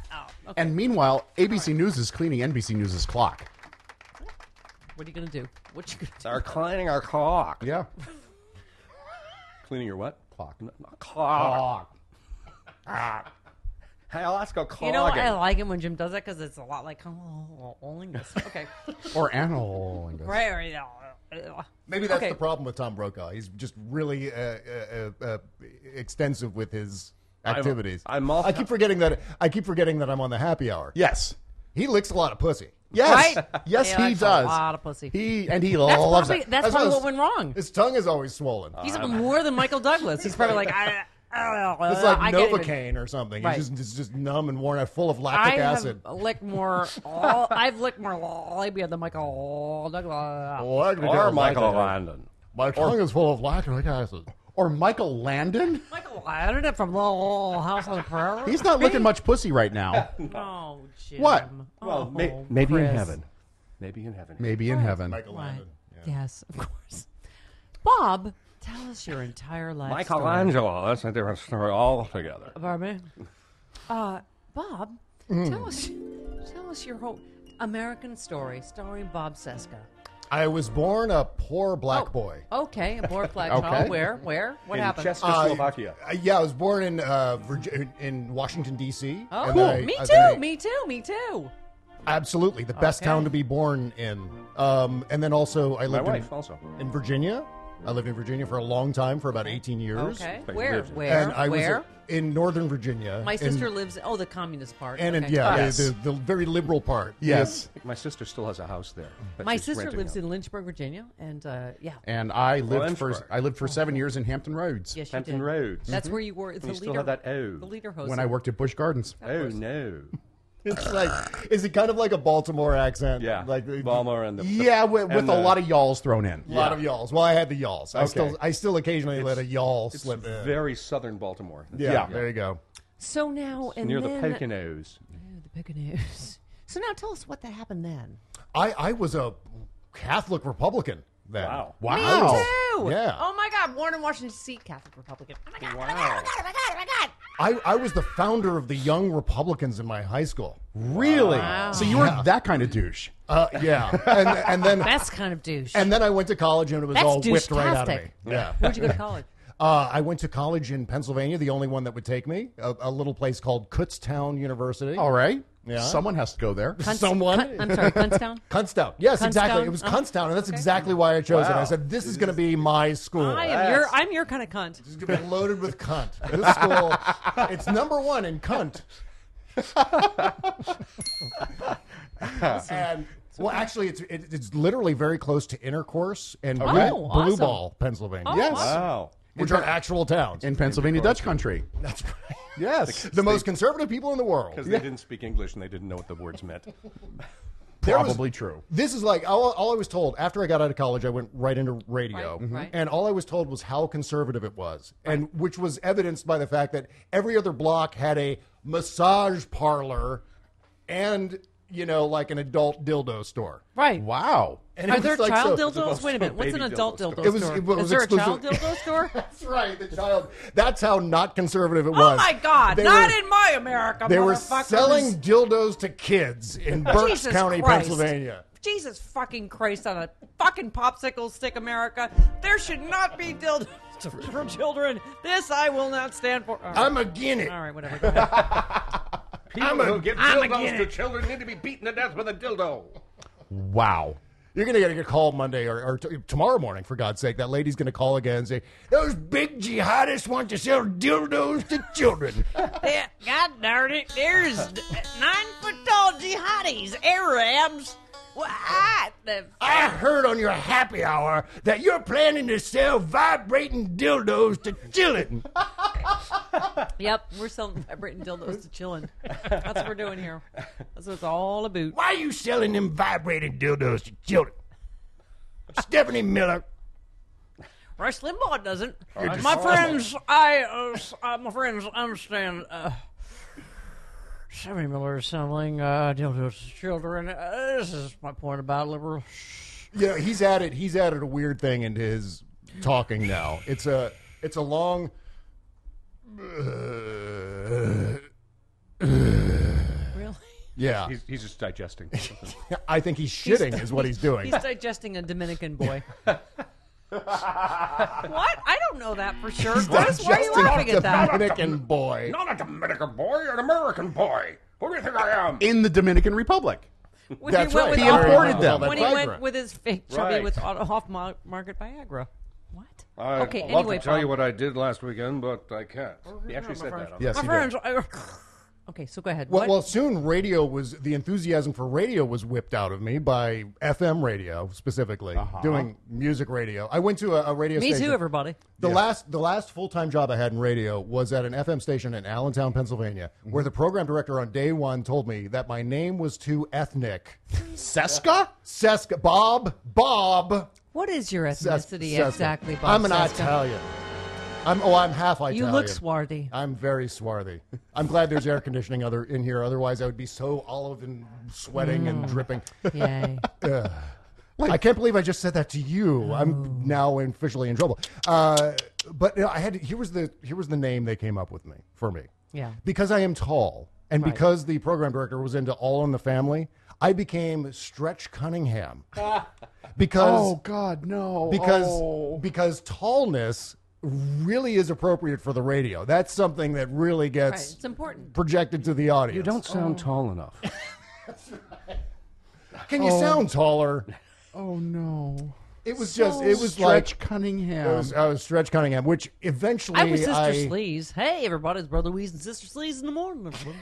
Speaker 1: oh, okay.
Speaker 5: And meanwhile, ABC News is cleaning NBC News's clock.
Speaker 1: What are you gonna do? What you gonna do?
Speaker 3: They're cleaning our clock.
Speaker 5: Yeah.
Speaker 3: Cleaning your what?
Speaker 5: Clock.
Speaker 3: N- n- Clock. Ah. Hey, let's go clogging.
Speaker 1: You know, I like it when Jim does that because it's a lot like oh, okay,
Speaker 5: Or animal.
Speaker 1: right? or, you know, uh,
Speaker 4: Maybe that's
Speaker 1: okay.
Speaker 4: the problem with Tom Brokaw. He's just really uh, uh, uh, uh, extensive with his activities.
Speaker 3: I'm off-
Speaker 4: I keep forgetting that. I keep forgetting that I'm on the happy hour.
Speaker 5: Yes.
Speaker 4: He licks a lot of pussy. Yes,
Speaker 1: Right?
Speaker 4: yes,
Speaker 1: He
Speaker 4: he,
Speaker 1: likes a
Speaker 4: does.
Speaker 1: lot of pussy.
Speaker 4: He and he
Speaker 1: That's
Speaker 4: loves
Speaker 1: probably-
Speaker 4: it.
Speaker 1: that's probably
Speaker 4: his-
Speaker 1: what went wrong. Uh,
Speaker 4: His tongue is always swollen.
Speaker 1: He's more than Michael Douglas. He's probably like, I, I don't know.
Speaker 4: it's like
Speaker 1: I can't even-
Speaker 4: Novocaine or something.
Speaker 1: Right.
Speaker 4: It's, just, it's just numb and worn out, full of
Speaker 1: I
Speaker 4: lactic acid.
Speaker 1: have licked more. Oh, I've licked more labia than Michael Douglas.
Speaker 4: Well, I can do
Speaker 3: Or
Speaker 4: it.
Speaker 3: Michael Landon.
Speaker 4: My tongue is full of lactic acid.
Speaker 5: Or Michael Landon?
Speaker 1: Michael Landon from the House on the Prairie.
Speaker 5: He's not looking much pussy right now.
Speaker 1: Oh, Jim.
Speaker 5: What?
Speaker 3: Well, may-
Speaker 1: Oh,
Speaker 3: maybe in
Speaker 1: Chris.
Speaker 3: heaven. Maybe in heaven.
Speaker 5: Maybe in heaven.
Speaker 4: Michael
Speaker 1: What?
Speaker 4: Landon.
Speaker 1: Yes, of course. Bob, tell us your entire life. story.
Speaker 3: Michelangelo. That's a different story altogether.
Speaker 1: Pardon me? Uh, Bob,
Speaker 4: Mm.
Speaker 1: tell us, tell us your whole American story starring Bob Seska.
Speaker 4: I was born a poor black
Speaker 1: Oh,
Speaker 4: boy.
Speaker 1: Okay, a poor flag.
Speaker 5: Okay.
Speaker 1: Where? Where? What
Speaker 3: in
Speaker 1: happened?
Speaker 3: Czechoslovakia.
Speaker 4: Uh, yeah, I was born in uh, Virgi- in Washington D.C.
Speaker 1: Oh,
Speaker 4: and
Speaker 1: cool.
Speaker 4: then I-
Speaker 1: me
Speaker 4: I-
Speaker 1: too.
Speaker 4: then I-
Speaker 1: me too. Me too.
Speaker 4: Absolutely, the best
Speaker 1: Okay.
Speaker 4: town to be born in. Um, and then also, I
Speaker 3: My
Speaker 4: lived
Speaker 3: wife
Speaker 4: in,
Speaker 3: also.
Speaker 4: in Virginia. I lived in Virginia for a long time, for about 18 years.
Speaker 1: Okay.
Speaker 3: Like
Speaker 1: Where?
Speaker 3: lives in-
Speaker 1: Where?
Speaker 4: And I
Speaker 1: where?
Speaker 4: was a- in Northern Virginia.
Speaker 1: My sister
Speaker 4: In,
Speaker 1: lives. Oh, the communist part.
Speaker 4: and in,
Speaker 1: okay.
Speaker 4: yeah,
Speaker 5: Yes.
Speaker 4: the, the, the very liberal part.
Speaker 5: Yes.
Speaker 3: I think My sister still has a house there. but
Speaker 1: My
Speaker 3: she's
Speaker 1: sister
Speaker 3: renting
Speaker 1: lives
Speaker 3: it.
Speaker 1: in Lynchburg, Virginia, and uh, yeah,
Speaker 5: And I lived for
Speaker 3: Lynchburg.
Speaker 5: I lived for seven years in Hampton Roads
Speaker 1: yes, you
Speaker 3: Hampton
Speaker 1: did.
Speaker 3: Roads.
Speaker 1: That's where you were. The
Speaker 3: Mm-hmm. you
Speaker 1: leader,
Speaker 3: still have that O.
Speaker 1: The leader host.
Speaker 5: when I worked at Busch Gardens.
Speaker 3: Oh no!
Speaker 4: It's like, is it kind of like a Baltimore accent?
Speaker 3: Yeah,
Speaker 4: Like
Speaker 3: Balmer and the
Speaker 5: Yeah, with, with
Speaker 3: and
Speaker 5: a
Speaker 3: the-
Speaker 5: lot of y'alls thrown in.
Speaker 4: A lot of y'alls. Well, I had the y'alls. I
Speaker 5: Okay.
Speaker 4: still, I still occasionally let a y'all
Speaker 3: It's
Speaker 4: slip in.
Speaker 3: very southern Baltimore.
Speaker 4: yeah,
Speaker 5: yeah.
Speaker 4: there you go.
Speaker 1: So now and
Speaker 3: near the
Speaker 1: then,
Speaker 3: Poconos.
Speaker 1: the Poconos. So now tell us what that happened then.
Speaker 4: I, I was a Catholic Republican then.
Speaker 3: Wow.
Speaker 5: Wow.
Speaker 1: Ew.
Speaker 4: Yeah.
Speaker 1: Oh my God, born in Washington D.C., Catholic Republican. Oh my God. Oh my God. Oh my God. Oh my God. Oh my God.
Speaker 4: I, I was the founder of the Young Republicans in my high school.
Speaker 5: Really? So you were that kind of douche.
Speaker 4: Uh, yeah, and and then
Speaker 1: That's kind of douche.
Speaker 4: and then I went to college and it was
Speaker 1: That's
Speaker 4: all whipped right out of
Speaker 1: douche-tastic.
Speaker 4: me. Yeah.
Speaker 1: Where'd you go to college?
Speaker 4: Uh, I went to college in Pennsylvania, the only one that would take me, a, a little place called Kutztown University.
Speaker 5: All right.
Speaker 4: Yeah.
Speaker 5: Someone has to go there.
Speaker 4: Someone.
Speaker 1: Cun- I'm sorry, Cunstown.
Speaker 4: Kutztown. Yes, exactly.
Speaker 1: Kutztown?
Speaker 4: It was
Speaker 1: Oh,
Speaker 4: Kutztown, and that's exactly why I chose it. I
Speaker 3: Wow.
Speaker 4: said, "This is going to be my school.
Speaker 1: I am your. I'm your kind of cunt.
Speaker 4: It's going to be loaded with cunt. This school, it's number one in cunt." and well, actually, it's it, it's literally very close to intercourse and Blue,
Speaker 1: Oh, awesome.
Speaker 4: Blue Ball, Pennsylvania.
Speaker 1: Oh,
Speaker 5: Yes.
Speaker 1: awesome.
Speaker 3: Wow.
Speaker 4: which are actual towns.
Speaker 5: In Pennsylvania Dutch country.
Speaker 4: That's right.
Speaker 5: Yes.
Speaker 4: The most conservative people in the world.
Speaker 3: Because they didn't speak English and they didn't know what the words meant.
Speaker 4: There was-
Speaker 5: Probably true.
Speaker 4: This is like all, all I was told after I got out of college. I went right into radio,
Speaker 1: Right, Mhm. right.
Speaker 4: and all I was told was how conservative it was, and which was evidenced by the fact that every other block had a massage parlor, and you know, like an adult dildo store.
Speaker 1: Right.
Speaker 5: Wow.
Speaker 4: And it
Speaker 1: Are
Speaker 4: was
Speaker 1: there
Speaker 4: like
Speaker 1: child
Speaker 4: so-
Speaker 1: dildos? Wait a minute. What's an
Speaker 3: baby
Speaker 1: adult dildo
Speaker 3: dildo store.
Speaker 1: store?
Speaker 4: It was- it was
Speaker 1: Is there a child
Speaker 4: exclusive-
Speaker 1: dildo store?
Speaker 4: That's right. The child. That's how not conservative it
Speaker 1: Oh
Speaker 4: was.
Speaker 1: my God!
Speaker 4: They
Speaker 1: Not
Speaker 4: were-
Speaker 1: in my America,
Speaker 4: They were
Speaker 1: motherfuckers.
Speaker 4: selling dildos to kids in Berks
Speaker 1: Jesus
Speaker 4: County,
Speaker 1: Christ.
Speaker 4: Pennsylvania.
Speaker 1: Jesus fucking Christ on a fucking popsicle stick, America. There should not be dildos for children. This I will not stand for. All right.
Speaker 4: I'm again it.
Speaker 1: All right, whatever. Go ahead.
Speaker 3: People who give dildos to children need to be beaten to death with a dildo.
Speaker 5: Wow.
Speaker 4: You're going to get a call Monday or, or t- tomorrow morning, for God's sake. That lady's going to call again and say, Those big jihadists want to sell dildos to children.
Speaker 1: There- God darn it. There's nine foot tall jihadis, Arabs. What the
Speaker 4: I heard on your happy hour that you're planning to sell vibrating dildos to children.
Speaker 1: Yep, we're selling vibrating dildos to chillin'. That's what we're doing here. That's what it's all about.
Speaker 4: Why are you selling them vibrating dildos to children? Stephanie Miller.
Speaker 1: Rush Limbaugh doesn't. my friends, I, uh, s- uh, my friends, understand. Uh, Sammy Miller is selling uh, dildos to children. Uh, this is my point about liberals.
Speaker 4: You know, he's added he's added a weird thing into his talking now. It's a it's a long
Speaker 1: Really?
Speaker 4: yeah.
Speaker 3: He's, he's just digesting.
Speaker 4: I think he's shitting is what he's doing.
Speaker 1: He's digesting a Dominican boy. what? I don't know that for sure. Chris, why are you
Speaker 4: Justin
Speaker 1: laughing at that?
Speaker 4: Dominican boy.
Speaker 3: Not a Dominican boy, an American boy. Who do you think I am?
Speaker 5: In the Dominican Republic.
Speaker 1: When
Speaker 4: That's right.
Speaker 5: He
Speaker 1: off-
Speaker 5: imported them.
Speaker 1: When he
Speaker 4: Viagra.
Speaker 1: went with his fake chubby
Speaker 3: Right.
Speaker 1: with off market Viagra. What?
Speaker 3: I'd
Speaker 1: okay,
Speaker 3: love
Speaker 1: anyway,
Speaker 3: to tell you
Speaker 1: Bob.
Speaker 3: what I did last weekend, but I can't. He actually said that. on-
Speaker 5: Yes,
Speaker 1: My
Speaker 5: he did.
Speaker 1: friends, I, Okay, so go ahead.
Speaker 4: Well,
Speaker 1: What-
Speaker 4: well, soon radio was the enthusiasm for radio was whipped out of me by FM radio specifically doing music radio. I went to a, a radio.
Speaker 1: Me
Speaker 4: station.
Speaker 1: too, everybody.
Speaker 4: The last the last full time job I had in radio was at an FM station in Allentown, Pennsylvania, where the program director on day one told me that my name was too ethnic. Seska, Seska, Bob, Bob.
Speaker 1: What is your
Speaker 4: Ses-
Speaker 1: ethnicity
Speaker 4: Seska.
Speaker 1: exactly, Bob?
Speaker 4: I'm an
Speaker 1: Seska?
Speaker 4: Italian. I'm oh, I'm half
Speaker 1: You
Speaker 4: Italian.
Speaker 1: look swarthy.
Speaker 4: I'm very swarthy. I'm glad there's air conditioning other in here. Otherwise, I would be so olive and sweating and
Speaker 1: Mm.
Speaker 4: dripping.
Speaker 1: Yay.
Speaker 4: Ugh. I can't believe I just said that to you.
Speaker 5: Oh.
Speaker 4: I'm now officially in trouble. Uh, but you know, I had to, here was the here was the name they came up with me for me.
Speaker 1: Yeah.
Speaker 4: Because I am tall, and
Speaker 1: Right.
Speaker 4: because the program director was into All in the Family, I became Stretch Cunningham. because
Speaker 5: oh God, no!
Speaker 4: because
Speaker 5: Oh.
Speaker 4: because tallness really is appropriate for the radio. That's something that really gets
Speaker 1: Right, it's important.
Speaker 4: projected to the audience.
Speaker 5: You don't sound Oh.
Speaker 4: tall
Speaker 5: enough.
Speaker 4: Can you
Speaker 5: Oh.
Speaker 4: sound taller?
Speaker 5: oh no!
Speaker 4: It was
Speaker 5: So
Speaker 4: just it was
Speaker 5: Stretch
Speaker 4: like
Speaker 5: Cunningham.
Speaker 4: I was, I was Stretch Cunningham, which eventually
Speaker 1: I was Sister
Speaker 4: I-
Speaker 1: Sleaze. Hey, everybody, it's Brother Louise and Sister Sleaze in the morning. everybody.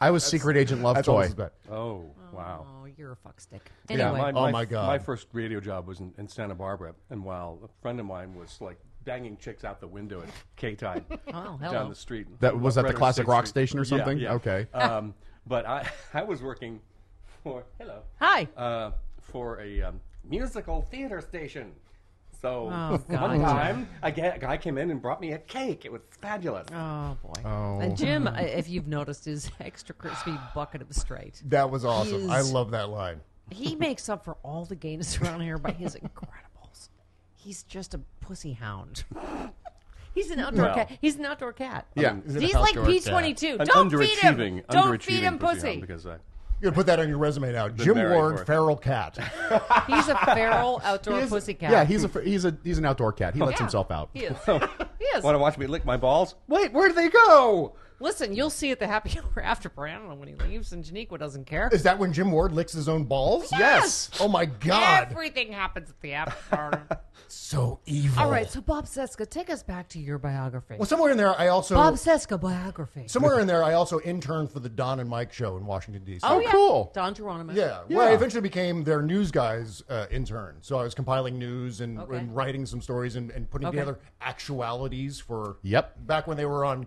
Speaker 5: I was Secret Agent
Speaker 4: that's all this
Speaker 5: Lovejoy.
Speaker 4: is about.
Speaker 3: Oh, wow.
Speaker 1: oh, you're a fuck stick.
Speaker 4: Yeah,
Speaker 1: Anyway,
Speaker 4: my- Oh, God.
Speaker 3: My first radio job was in, in Santa Barbara, and while a friend of mine was like banging chicks out the window at K Tide
Speaker 1: Oh, hello.
Speaker 3: down the street.
Speaker 5: That- was that the
Speaker 3: Right on
Speaker 5: classic
Speaker 3: 6th
Speaker 5: rock
Speaker 3: Street.
Speaker 5: station or something?
Speaker 3: Yeah, yeah.
Speaker 5: Okay.
Speaker 3: Um, but I, I was working for hello.
Speaker 1: Hi.
Speaker 3: Uh, for a um, musical theater station. So
Speaker 1: Oh,
Speaker 3: one
Speaker 1: God.
Speaker 3: time, a ga- a guy came in and brought me a cake. It was fabulous.
Speaker 1: Oh boy.
Speaker 4: Oh.
Speaker 1: And Jim, I- if you've noticed, is extra crispy bucket of straight.
Speaker 4: That was awesome. I
Speaker 1: His-
Speaker 4: love that line.
Speaker 1: He makes up for all the gayness around here by his incredibles. He's just a pussy hound. He's an outdoor
Speaker 3: Well.
Speaker 1: cat. He's an outdoor cat.
Speaker 3: Yeah.
Speaker 1: Um,
Speaker 3: He's an
Speaker 1: he's like
Speaker 3: outdoor
Speaker 1: P
Speaker 3: cat.
Speaker 1: twenty two.
Speaker 3: An
Speaker 1: Don't feed him.
Speaker 3: underachieving-
Speaker 1: Don't feed
Speaker 3: underachieving
Speaker 1: him
Speaker 3: pussy hound
Speaker 1: pussy.
Speaker 3: because I-
Speaker 4: You're gonna put that on your resume now.
Speaker 3: Been
Speaker 4: Jim
Speaker 3: married
Speaker 4: Ward,
Speaker 3: for-
Speaker 4: feral cat.
Speaker 1: He's a feral outdoor pussy cat.
Speaker 5: Yeah, he's a fr- he's a he's an outdoor cat. He lets
Speaker 1: Yeah.
Speaker 5: himself out.
Speaker 1: He is. He is.
Speaker 3: Want to watch me lick my balls? Wait, where do they
Speaker 5: go?
Speaker 1: Listen, you'll see at the happy hour after Brandon when he leaves, and Janiqua doesn't care.
Speaker 4: Is that when Jim Ward licks his own balls?
Speaker 1: Yes!
Speaker 4: Oh my God!
Speaker 1: Everything happens at the after hour.
Speaker 4: So evil.
Speaker 1: All right, so Bob Seska, take us back to your biography.
Speaker 4: Well, somewhere in there, I also
Speaker 1: Bob Seska biography.
Speaker 4: somewhere in there, I also interned for the Don and Mike show in Washington D.C.
Speaker 1: Oh, yeah. Don Geronimo.
Speaker 4: Yeah.
Speaker 1: yeah.
Speaker 4: Well, I eventually became their news guys uh, intern. So I was compiling news and,
Speaker 1: Okay.
Speaker 4: and writing some stories and, and putting
Speaker 1: Okay.
Speaker 4: together actualities for.
Speaker 5: Yep.
Speaker 4: Back when they were on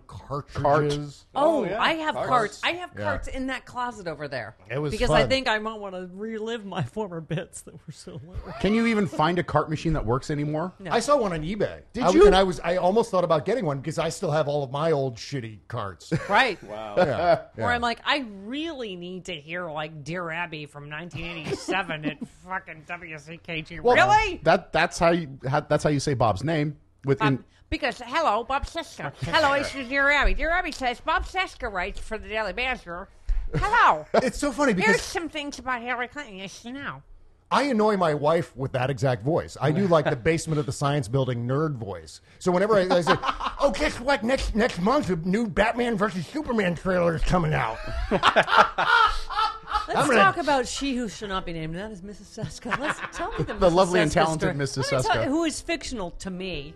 Speaker 4: cartridges.
Speaker 1: Oh, I have carts. I have
Speaker 4: Yeah.
Speaker 1: carts in that closet over there.
Speaker 4: It was
Speaker 1: because I
Speaker 4: fun.
Speaker 1: think I might want to relive my former bits that were so low.
Speaker 5: Can you even find a cart machine that works anymore?
Speaker 4: I saw one on eBay.
Speaker 5: Did
Speaker 4: I-
Speaker 5: you?
Speaker 4: And I was I almost thought about getting one because I still have all of my old shitty carts.
Speaker 1: Right.
Speaker 3: Wow.
Speaker 4: Yeah.
Speaker 1: Or
Speaker 4: Yeah.
Speaker 1: I'm like, I really need to hear like Dear Abby from 1987 at fucking WCKG. really?
Speaker 5: That that's how you how, that's how you say Bob's name within.
Speaker 1: Because hello, Bob Seska. Hello, it's Dear Abby. Dear Abby says Bob Seska writes for the Daily Banter. Hello.
Speaker 4: It's so funny because
Speaker 1: Here's some things about Hillary Clinton. Yes, you know.
Speaker 4: I annoy my wife with that exact voice. I do like the basement of the science building nerd voice. So whenever I, I say, "Oh, guess what? Next next month, the new Batman versus Superman trailer is coming out."
Speaker 1: Let's
Speaker 4: I'm gonna-
Speaker 1: talk about she who should not be named. That is Mrs. Seska. Let's tell me the,
Speaker 5: The
Speaker 1: Mrs.
Speaker 5: lovely and
Speaker 1: Seska
Speaker 5: talented
Speaker 1: story. Let
Speaker 5: Mrs.
Speaker 1: me tell
Speaker 5: Seska.
Speaker 1: you who is fictional to me.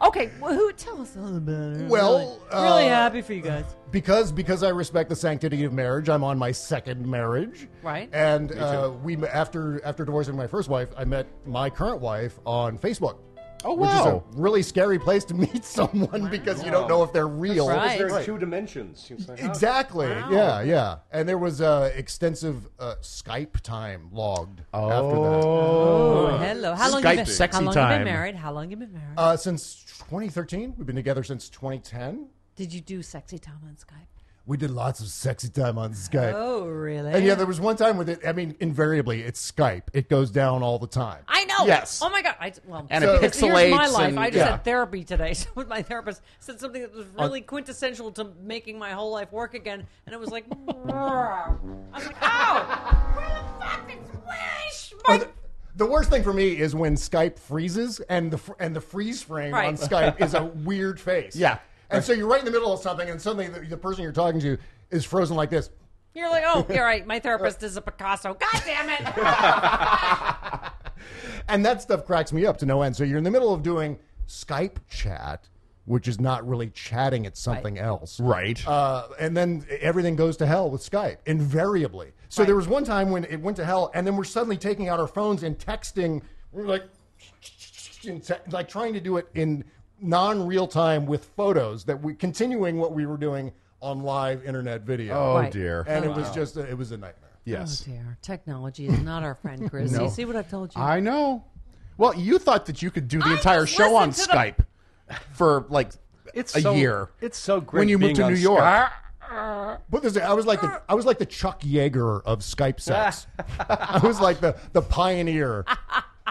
Speaker 1: okay, well, who tell us all about her?
Speaker 4: Well,
Speaker 1: really,
Speaker 4: uh,
Speaker 1: really happy for you guys,
Speaker 4: Because because I respect the sanctity of marriage, I'm on my second marriage.
Speaker 1: right?
Speaker 4: And uh, we after after divorcing my first wife, I met my current wife on Facebook.
Speaker 5: Oh
Speaker 1: Um,
Speaker 4: Which is a
Speaker 5: wow!
Speaker 4: really scary place to meet someone because you don't know if they're real.
Speaker 1: right.
Speaker 3: There's
Speaker 1: Right.
Speaker 3: two dimensions. She was like, oh,
Speaker 4: Exactly. Yeah, yeah. And there was uh, extensive uh, Skype time logged after that.
Speaker 1: Oh, hello. How long
Speaker 5: uh, Skype
Speaker 1: you been,
Speaker 5: sexy
Speaker 1: how long you
Speaker 5: time.
Speaker 1: been married? How long you been married?
Speaker 4: Uh, since 2013, we've been together since 2010.
Speaker 1: Did you do sexy time on Skype?
Speaker 4: We did lots of sexy time on Skype.
Speaker 1: Oh, really?
Speaker 4: And yeah, there was one time with it. I mean, invariably, it's Skype. It goes down all the time.
Speaker 1: I know.
Speaker 5: Yes.
Speaker 1: Oh my god. I, well,
Speaker 5: And
Speaker 1: so
Speaker 5: it
Speaker 1: here's my
Speaker 5: pixelates
Speaker 1: life.
Speaker 5: and-
Speaker 1: I just
Speaker 5: yeah.
Speaker 1: had therapy today. So my therapist said something that was really quintessential to making my whole life work again, and it was like, I was like, oh, who the fuck is Wish?
Speaker 4: Or
Speaker 1: My
Speaker 4: the, the worst thing for me is when Skype freezes and the fr- and the freeze frame
Speaker 1: Right.
Speaker 4: on Skype is a weird face.
Speaker 5: Yeah.
Speaker 4: And so you're right in the middle of something, and suddenly the, the person you're talking to is frozen like this.
Speaker 1: You're like, oh, you're right. My therapist is a Picasso. God damn it!
Speaker 4: And that stuff cracks me up to no end. So you're in the middle of doing Skype chat which is not really chatting, it's something else.
Speaker 5: Right.
Speaker 4: Uh, and then everything goes to hell with Skype, invariably. So there was one time when it went to hell, and then we're suddenly taking out our phones and texting, we're like, in te- like trying to do it in non real time with photos that we continuing what we were doing on live internet video.
Speaker 5: Oh, Right. dear.
Speaker 4: And
Speaker 5: Oh,
Speaker 4: it was
Speaker 5: wow.
Speaker 4: just a, it was a nightmare.
Speaker 5: Yes.
Speaker 1: Oh dear, technology is not our friend, Chris.
Speaker 5: No.
Speaker 1: You see what I've told you?
Speaker 5: I know. Well, you thought that you could do the
Speaker 1: I
Speaker 5: entire
Speaker 1: just
Speaker 5: show on
Speaker 1: listened to
Speaker 5: Skype for like
Speaker 3: It's
Speaker 5: a
Speaker 3: so-
Speaker 5: year.
Speaker 3: it's so great
Speaker 5: when you
Speaker 3: being
Speaker 5: moved to
Speaker 3: on
Speaker 5: New York.
Speaker 3: Skype.
Speaker 4: But this, I was like the I was like the Chuck Yeager of Skype sex. I was like the the pioneer,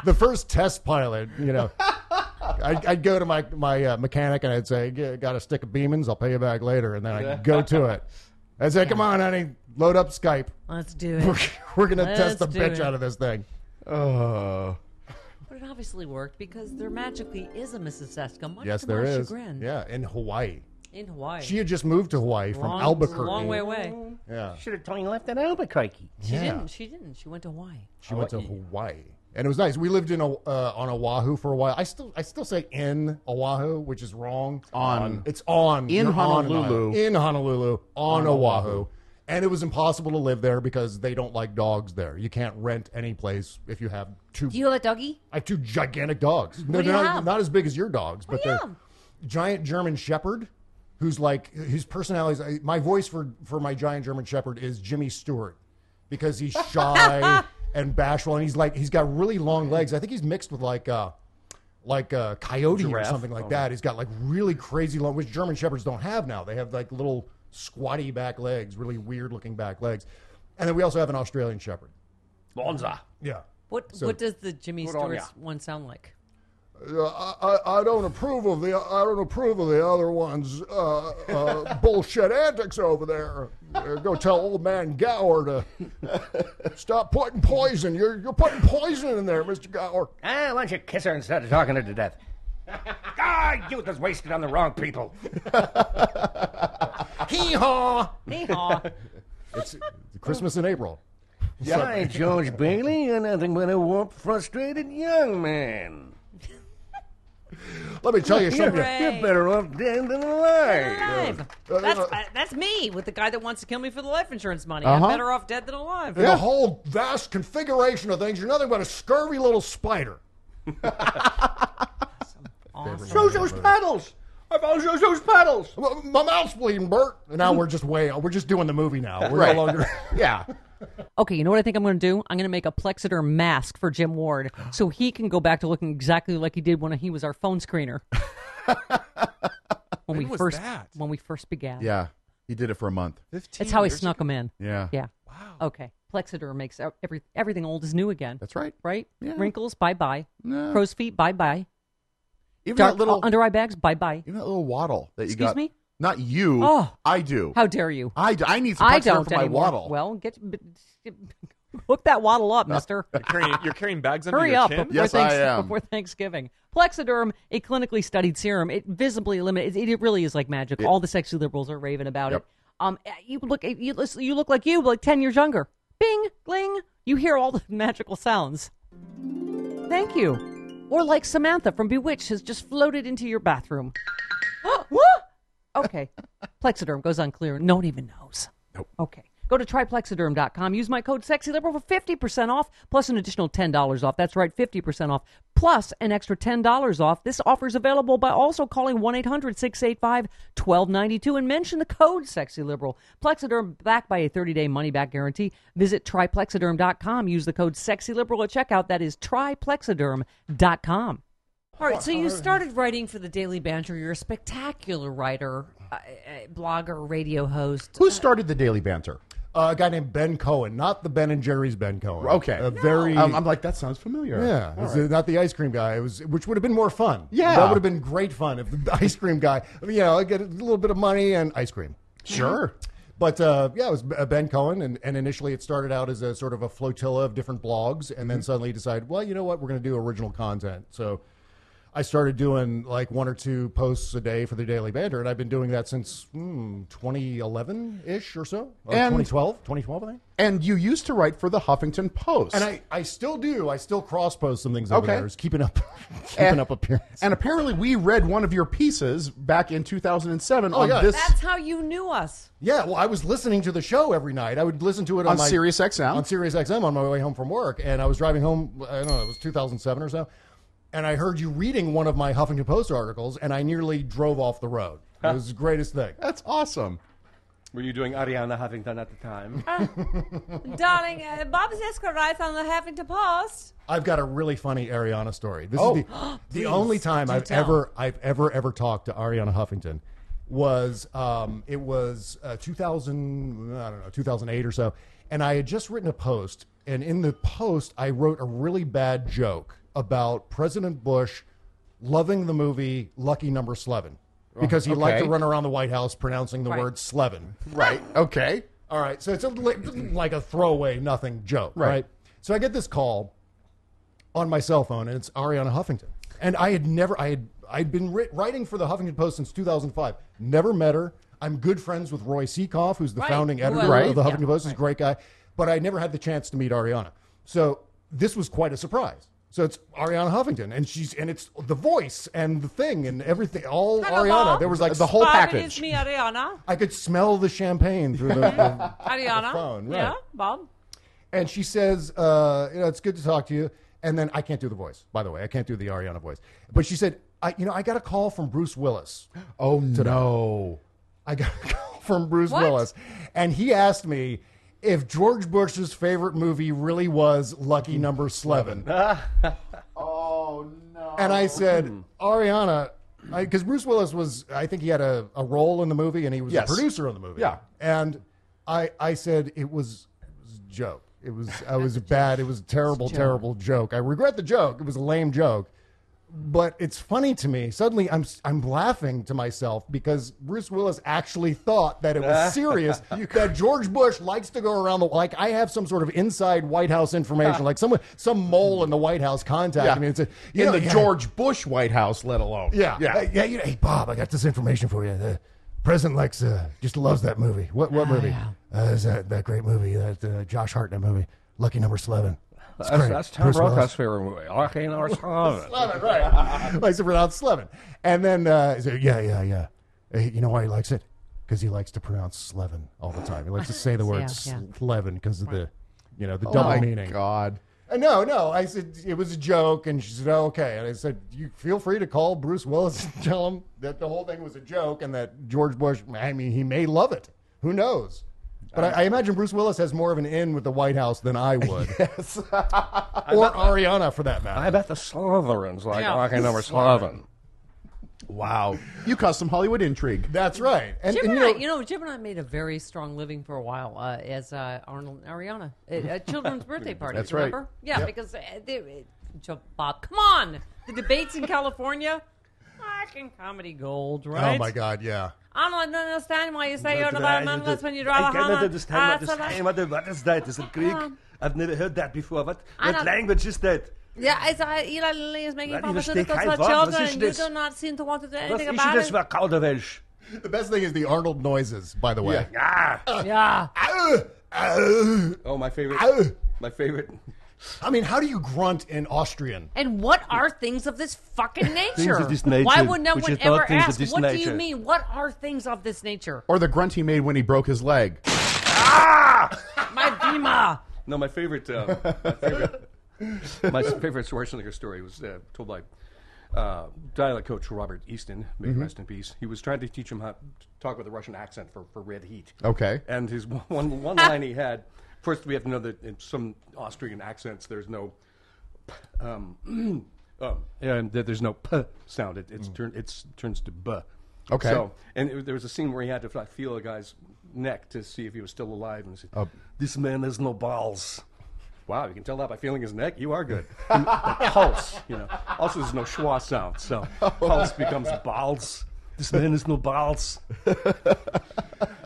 Speaker 4: the first test pilot. You know, I'd, I'd go to my my uh, mechanic and I'd say, "Got a stick of Beamans? I'll pay you back later." And then I'd go to it. I'd say, "Come on, honey, load up Skype.
Speaker 1: Let's do
Speaker 4: We're,
Speaker 1: it.
Speaker 4: we're gonna
Speaker 1: Let's
Speaker 4: test the
Speaker 1: do
Speaker 4: bitch
Speaker 1: it.
Speaker 4: out of this thing." Oh,
Speaker 1: But it obviously worked because there magically is a Mrs. Sescom. Much
Speaker 4: yes,
Speaker 1: to
Speaker 4: there
Speaker 1: my
Speaker 4: is.
Speaker 1: Chagrin.
Speaker 4: Yeah, in Hawaii.
Speaker 1: In Hawaii.
Speaker 4: She had just moved to Hawaii from
Speaker 1: Long-
Speaker 4: Albuquerque.
Speaker 1: Long way away.
Speaker 4: Yeah.
Speaker 3: Should have told you left at Albuquerque.
Speaker 1: She
Speaker 4: Yeah.
Speaker 1: didn't. She didn't. She went to Hawaii.
Speaker 4: She went to Hawaii, and it was nice. We lived in O- uh, on Oahu for a while. I still I still say in Oahu, which is wrong. Um,
Speaker 5: On.
Speaker 4: it's on
Speaker 5: In
Speaker 4: You're on an
Speaker 5: Honolulu.
Speaker 4: island. in Honolulu on,
Speaker 5: On
Speaker 4: Oahu.
Speaker 5: Oahu.
Speaker 4: and it was impossible to live there because they don't like dogs there. You can't rent any place if you have two.
Speaker 1: Do you have a doggy?
Speaker 4: I have two gigantic dogs.
Speaker 1: What do
Speaker 4: they're
Speaker 1: you
Speaker 4: not,
Speaker 1: have?
Speaker 4: not as big as your dogs, but they're giant German Shepherd, who's like his personality. Is, my voice for for my giant German Shepherd is Jimmy Stewart because he's shy and bashful, and he's like he's got really long legs. I think he's mixed with like uh like a coyote
Speaker 3: Giraffe?
Speaker 4: or something like
Speaker 3: Oh.
Speaker 4: that. He's got like really crazy long, which German Shepherds don't have now. They have like little squatty back legs, really weird looking back legs, and then we also have an Australian Shepherd.
Speaker 3: Bonza.
Speaker 4: Yeah.
Speaker 1: What
Speaker 4: So-
Speaker 1: What does the Jimmy
Speaker 3: Good on
Speaker 1: Stewart
Speaker 3: ya.
Speaker 1: one sound like?
Speaker 4: Uh, I, I I don't approve of the I don't approve of the other one's uh, uh, bullshit antics over there. Uh, go tell old man Gower to stop putting poison. You're you're putting poison in there, Mister Gower.
Speaker 2: Ah, why don't you kiss her instead of talking her to death? ah, youth is wasted on the wrong people.
Speaker 4: Hee haw.
Speaker 1: Hee haw.
Speaker 4: It's Christmas in April.
Speaker 2: Hi, George Bailey. You're nothing but a warped, frustrated young man.
Speaker 4: Let me tell you something.
Speaker 2: You're, you're better off dead than alive.
Speaker 1: Alive. That's uh, that's me with the guy that wants to kill me for the life insurance money.
Speaker 4: Uh-huh.
Speaker 1: I'm better off dead than alive.
Speaker 4: In the whole vast configuration of things, you're nothing but a scurvy little spider.
Speaker 2: Shows those pedals. I found shows those pedals.
Speaker 4: My- My mouth's bleeding, Bert. And Now we're just way. We're just doing the movie now. We're
Speaker 5: Right.
Speaker 4: no longer.
Speaker 5: yeah.
Speaker 1: Okay, you know what I think I'm going to do? I'm going to make a Plexiter mask for Jim Ward so he can go back to looking exactly like he did when he was our phone screener. when we
Speaker 6: When was
Speaker 1: first
Speaker 6: that?
Speaker 1: when we first began.
Speaker 5: Yeah. He did it for a month.
Speaker 1: That's how I snuck him in.
Speaker 5: Yeah.
Speaker 1: Yeah. Wow. Okay. Plexiter makes ev- every, everything old is new again.
Speaker 5: That's right.
Speaker 1: Right?
Speaker 5: Yeah.
Speaker 1: Wrinkles, bye bye.
Speaker 5: No.
Speaker 1: Crow's feet, bye bye.
Speaker 5: Even
Speaker 1: Dark
Speaker 5: that little
Speaker 1: under eye bags, bye bye.
Speaker 5: even that little waddle that you
Speaker 1: Excuse
Speaker 5: got.
Speaker 1: me?
Speaker 5: Not you.
Speaker 1: Oh.
Speaker 5: I do.
Speaker 1: How dare you?
Speaker 5: I, do. I need some
Speaker 1: I
Speaker 5: Plexiglass
Speaker 1: don't
Speaker 5: for my
Speaker 1: anymore.
Speaker 5: waddle.
Speaker 1: Well, get, b- hook that waddle up, mister.
Speaker 6: You're carrying, you're carrying bags under
Speaker 1: Hurry
Speaker 6: your
Speaker 1: up
Speaker 6: chin.
Speaker 1: before,
Speaker 5: Yes,
Speaker 1: thanks-
Speaker 5: I am.
Speaker 1: before Thanksgiving. Plexiderm, a clinically studied serum, it visibly eliminates. It, it really is like magic. All the sexy liberals are raving about
Speaker 5: Yep.
Speaker 1: it. Um, you look, you, lis- you look like you, but like ten years younger. Bing, gling. You hear all the magical sounds. Thank you. Or like Samantha from Bewitched has just floated into your bathroom. what? Okay. Plexiderm goes on clear. No one even knows.
Speaker 5: Nope.
Speaker 1: Okay. Go to triplexiderm.com. Use my code SEXYLIBERAL for 50% off, plus an additional $10 off. That's right, 50% off, plus an extra $10 off. This offer is available by also calling 1 800 685 1292 and mention the code SEXYLIBERAL. Plexiderm backed by a 30 day money back guarantee. Visit triplexiderm.com. Use the code SEXYLIBERAL at checkout. That is triplexiderm.com. All right, so you started writing for the Daily Banter. You're a spectacular writer, uh, uh, blogger, radio host.
Speaker 5: Who started the Daily Banter?
Speaker 4: Uh, a guy named Ben Cohen, not the Ben and Jerry's Ben Cohen. Uh,
Speaker 5: Okay.
Speaker 4: a very.
Speaker 5: Um, I'm like, that sounds familiar.
Speaker 4: Yeah,
Speaker 5: All
Speaker 4: it's uh,
Speaker 5: right.
Speaker 4: not the ice cream guy. It was, which would have been more fun.
Speaker 5: Yeah.
Speaker 4: that would have been great fun if the ice cream guy, you know, I get a little bit of money and ice cream.
Speaker 5: Sure.
Speaker 4: But uh, yeah, it was uh, Ben Cohen, and, and initially it started out as a sort of a
Speaker 5: Mm-hmm.
Speaker 4: flotilla of different blogs, and then suddenly decided, well, you know what, we're going to do original content. So I started doing like one or two posts a day for the Daily Banter, and I've been doing that since 2011 ish or so, or
Speaker 5: And-
Speaker 4: 2012, 2012 I think.
Speaker 5: And you used to write for the Huffington Post.
Speaker 4: And I, I still do. I still cross post some things over
Speaker 5: Okay.
Speaker 4: there. It's keeping up, keeping
Speaker 5: And-
Speaker 4: up appearance.
Speaker 5: And apparently, we read one of your pieces back in 2007
Speaker 4: Oh,
Speaker 5: on
Speaker 4: yeah.
Speaker 5: this.
Speaker 1: That's how you knew us.
Speaker 4: Yeah, well, I was listening to the show every night. I would listen to it on,
Speaker 5: On
Speaker 4: my,
Speaker 5: Sirius XM?
Speaker 4: on Sirius XM on my way home from work, and I was driving home. I don't know, it was 2007 or so, and I heard you reading one of my Huffington Post articles, and I nearly drove off the road. It was the greatest thing.
Speaker 5: That's awesome.
Speaker 3: Were you doing Ariana Huffington at the time?
Speaker 1: Um,
Speaker 9: Darling, uh, Bob Zeska writes on the Huffington Post.
Speaker 4: I've got a really funny Ariana story. This
Speaker 5: Oh.
Speaker 4: is the,
Speaker 5: Please,
Speaker 4: the only time
Speaker 5: do
Speaker 4: I've
Speaker 5: tell.
Speaker 4: ever I've ever ever talked to Ariana Huffington was um, it was uh, 2000 I don't know 2008 or so, and I had just written a post, and in the post I wrote a really bad joke about President Bush loving the movie Lucky Number Eleven because he liked to
Speaker 5: Okay.
Speaker 4: run around the White House pronouncing the word Slevin.
Speaker 5: Right. Okay.
Speaker 4: All right. So it's a, li- like a throwaway nothing joke,
Speaker 5: Right.
Speaker 4: right. So I get this call on my cell phone, and it's Ariana Huffington. And I had never, I had, I'd been writ- writing for the Huffington Post since 2005. Never met her. I'm good friends with Roy Seacoff, who's the
Speaker 5: Right.
Speaker 4: founding editor
Speaker 5: Right.
Speaker 4: of the Huffington
Speaker 5: Yeah.
Speaker 4: Post. He's a great guy, but I never had the chance to meet Ariana. So this was quite a surprise. So it's Ariana Huffington, and she's and it's the voice and the thing and everything, all Ariana. There was like the whole
Speaker 9: Bob, It
Speaker 4: package.
Speaker 9: is me, Ariana.
Speaker 4: I could smell the champagne through the, the
Speaker 9: Ariana.
Speaker 4: phone, right.
Speaker 9: Yeah, Bob.
Speaker 4: and she says, uh, you know, it's good to talk to you. And then I can't do the voice, by the way. I can't do the Ariana voice. But she said, I, you know, I got a call from Bruce Willis.
Speaker 5: Oh, no.
Speaker 4: I got a call from Bruce
Speaker 9: What?
Speaker 4: Willis. And he asked me if George Bush's favorite movie really was Lucky Number 11.
Speaker 5: Oh, no.
Speaker 4: And I
Speaker 5: Hmm.
Speaker 4: said, Ariana, because Bruce Willis was, I think he had a, a role in the movie and he was
Speaker 5: Yes.
Speaker 4: a producer on the movie.
Speaker 5: Yeah.
Speaker 4: And I, I said, it was, it was a joke. It was, I was bad. It was a terrible, terrible joke. I regret the joke. It was a lame joke. But it's funny to me. Suddenly I'm, I'm laughing to myself because Bruce Willis actually thought that it was serious. that George Bush likes to go around the, like I have some sort of inside White House information, like someone, some mole in the White House contacted
Speaker 5: Yeah.
Speaker 4: me and said, you
Speaker 5: in
Speaker 4: know,
Speaker 5: the
Speaker 4: yeah.
Speaker 5: George Bush White House, let alone.
Speaker 4: Yeah.
Speaker 5: Yeah.
Speaker 4: Uh, yeah. You know, hey, Bob, I got this information for you. The president likes, uh, just loves that movie. What
Speaker 1: Oh,
Speaker 4: what movie? Uh, is that, that great movie, that uh, Josh Hartnett movie, Lucky Number 11. It's
Speaker 3: That's,
Speaker 4: great.
Speaker 3: that's Tom
Speaker 4: Bruce Willis.
Speaker 3: Brockow's favorite movie. Ariana Huffington.
Speaker 4: likes to pronounce Slevin. And then, uh, he said, yeah, yeah, yeah. Uh, you know why he likes it? Because he likes to pronounce Slevin all the time. He likes to say the word
Speaker 1: Yeah, yeah.
Speaker 4: Slevin because of the, you know, the
Speaker 5: Oh,
Speaker 4: double
Speaker 5: my
Speaker 4: meaning.
Speaker 5: God.
Speaker 4: Uh, No, no. I said it was a joke, and she said, oh, "Okay." And I said, "You feel free to call Bruce Willis and tell him that the whole thing was a joke, and that George Bush. I mean, he may love it. Who knows?" But I, I imagine Bruce Willis has more of an in with the White House than I would,
Speaker 5: Yes.
Speaker 4: or Ariana for that matter.
Speaker 3: I bet the Slytherins like
Speaker 9: Yeah.
Speaker 3: Rocky Number Eleven.
Speaker 5: wow. You caused some Hollywood intrigue.
Speaker 4: That's right. And,
Speaker 1: Jim
Speaker 4: and,
Speaker 1: and,
Speaker 4: you
Speaker 1: I,
Speaker 4: know,
Speaker 1: you know, Jim and I made a very strong living for a while uh, as uh, Arnold and Ariana at, at children's birthday parties.
Speaker 5: That's right.
Speaker 1: remember? Yeah,
Speaker 5: Yep.
Speaker 1: because uh, they, uh, Jo- Bob, come on, the debates in California, fucking comedy gold, right?
Speaker 4: oh my God, yeah.
Speaker 1: I don't understand why you say you're
Speaker 3: I
Speaker 1: about a manless when you
Speaker 3: I
Speaker 1: drive a
Speaker 3: cannot
Speaker 1: Honda.
Speaker 3: understand what is
Speaker 1: Ah, so that-
Speaker 3: what, what is that? Is it Greek?
Speaker 1: on.
Speaker 3: I've never heard that before. What,
Speaker 1: I
Speaker 3: what
Speaker 1: don't-
Speaker 3: language is that?
Speaker 1: Yeah, it's, uh, Eli Lilly is making
Speaker 3: Let me just take
Speaker 1: pharmaceuticals
Speaker 3: high
Speaker 1: for
Speaker 3: five.
Speaker 1: children,
Speaker 3: This is
Speaker 1: and you
Speaker 3: this.
Speaker 1: do not seem to want to do
Speaker 3: What
Speaker 1: anything
Speaker 3: is
Speaker 1: about
Speaker 3: this?
Speaker 1: it.
Speaker 3: What Kauderwelsch?
Speaker 4: The best thing is the Arnold noises. By the way,
Speaker 3: Ah!
Speaker 1: Yeah,
Speaker 4: Ah,
Speaker 3: Oh, my favorite.
Speaker 4: Ow.
Speaker 3: My favorite.
Speaker 4: I mean, how do you grunt in Austrian?
Speaker 1: And what are things of this fucking nature?
Speaker 3: of this nature,
Speaker 1: Why would no
Speaker 3: which
Speaker 1: one
Speaker 3: is not
Speaker 1: ever
Speaker 3: things of
Speaker 1: ask?
Speaker 3: this
Speaker 1: What do you
Speaker 3: nature."
Speaker 1: mean? What are things of this nature?
Speaker 5: Or the grunt he made when he broke his leg.
Speaker 1: My Bima.
Speaker 3: No, my favorite. Uh, my favorite. my favorite Schwarzenegger story was uh, told by uh, dialect coach Robert Easton, may he rest in peace. He was trying to teach him how to talk with a Russian accent for, for Red Heat.
Speaker 5: Okay.
Speaker 3: And his one one one line he had. First, we have to know that in some Austrian accents, there's no. p- Um, um, and that there's no p sound. It, it's turn, it's turns to b.
Speaker 5: Okay.
Speaker 3: So and it, there was a scene where he had to f- feel a guy's neck to see if he was still alive, and he said, "This man has no balls." Wow, you can tell that by feeling his neck. You are good. And the pulse, you know. Also, there's no schwa sound, so pulse becomes balls. This man has no balls.
Speaker 4: The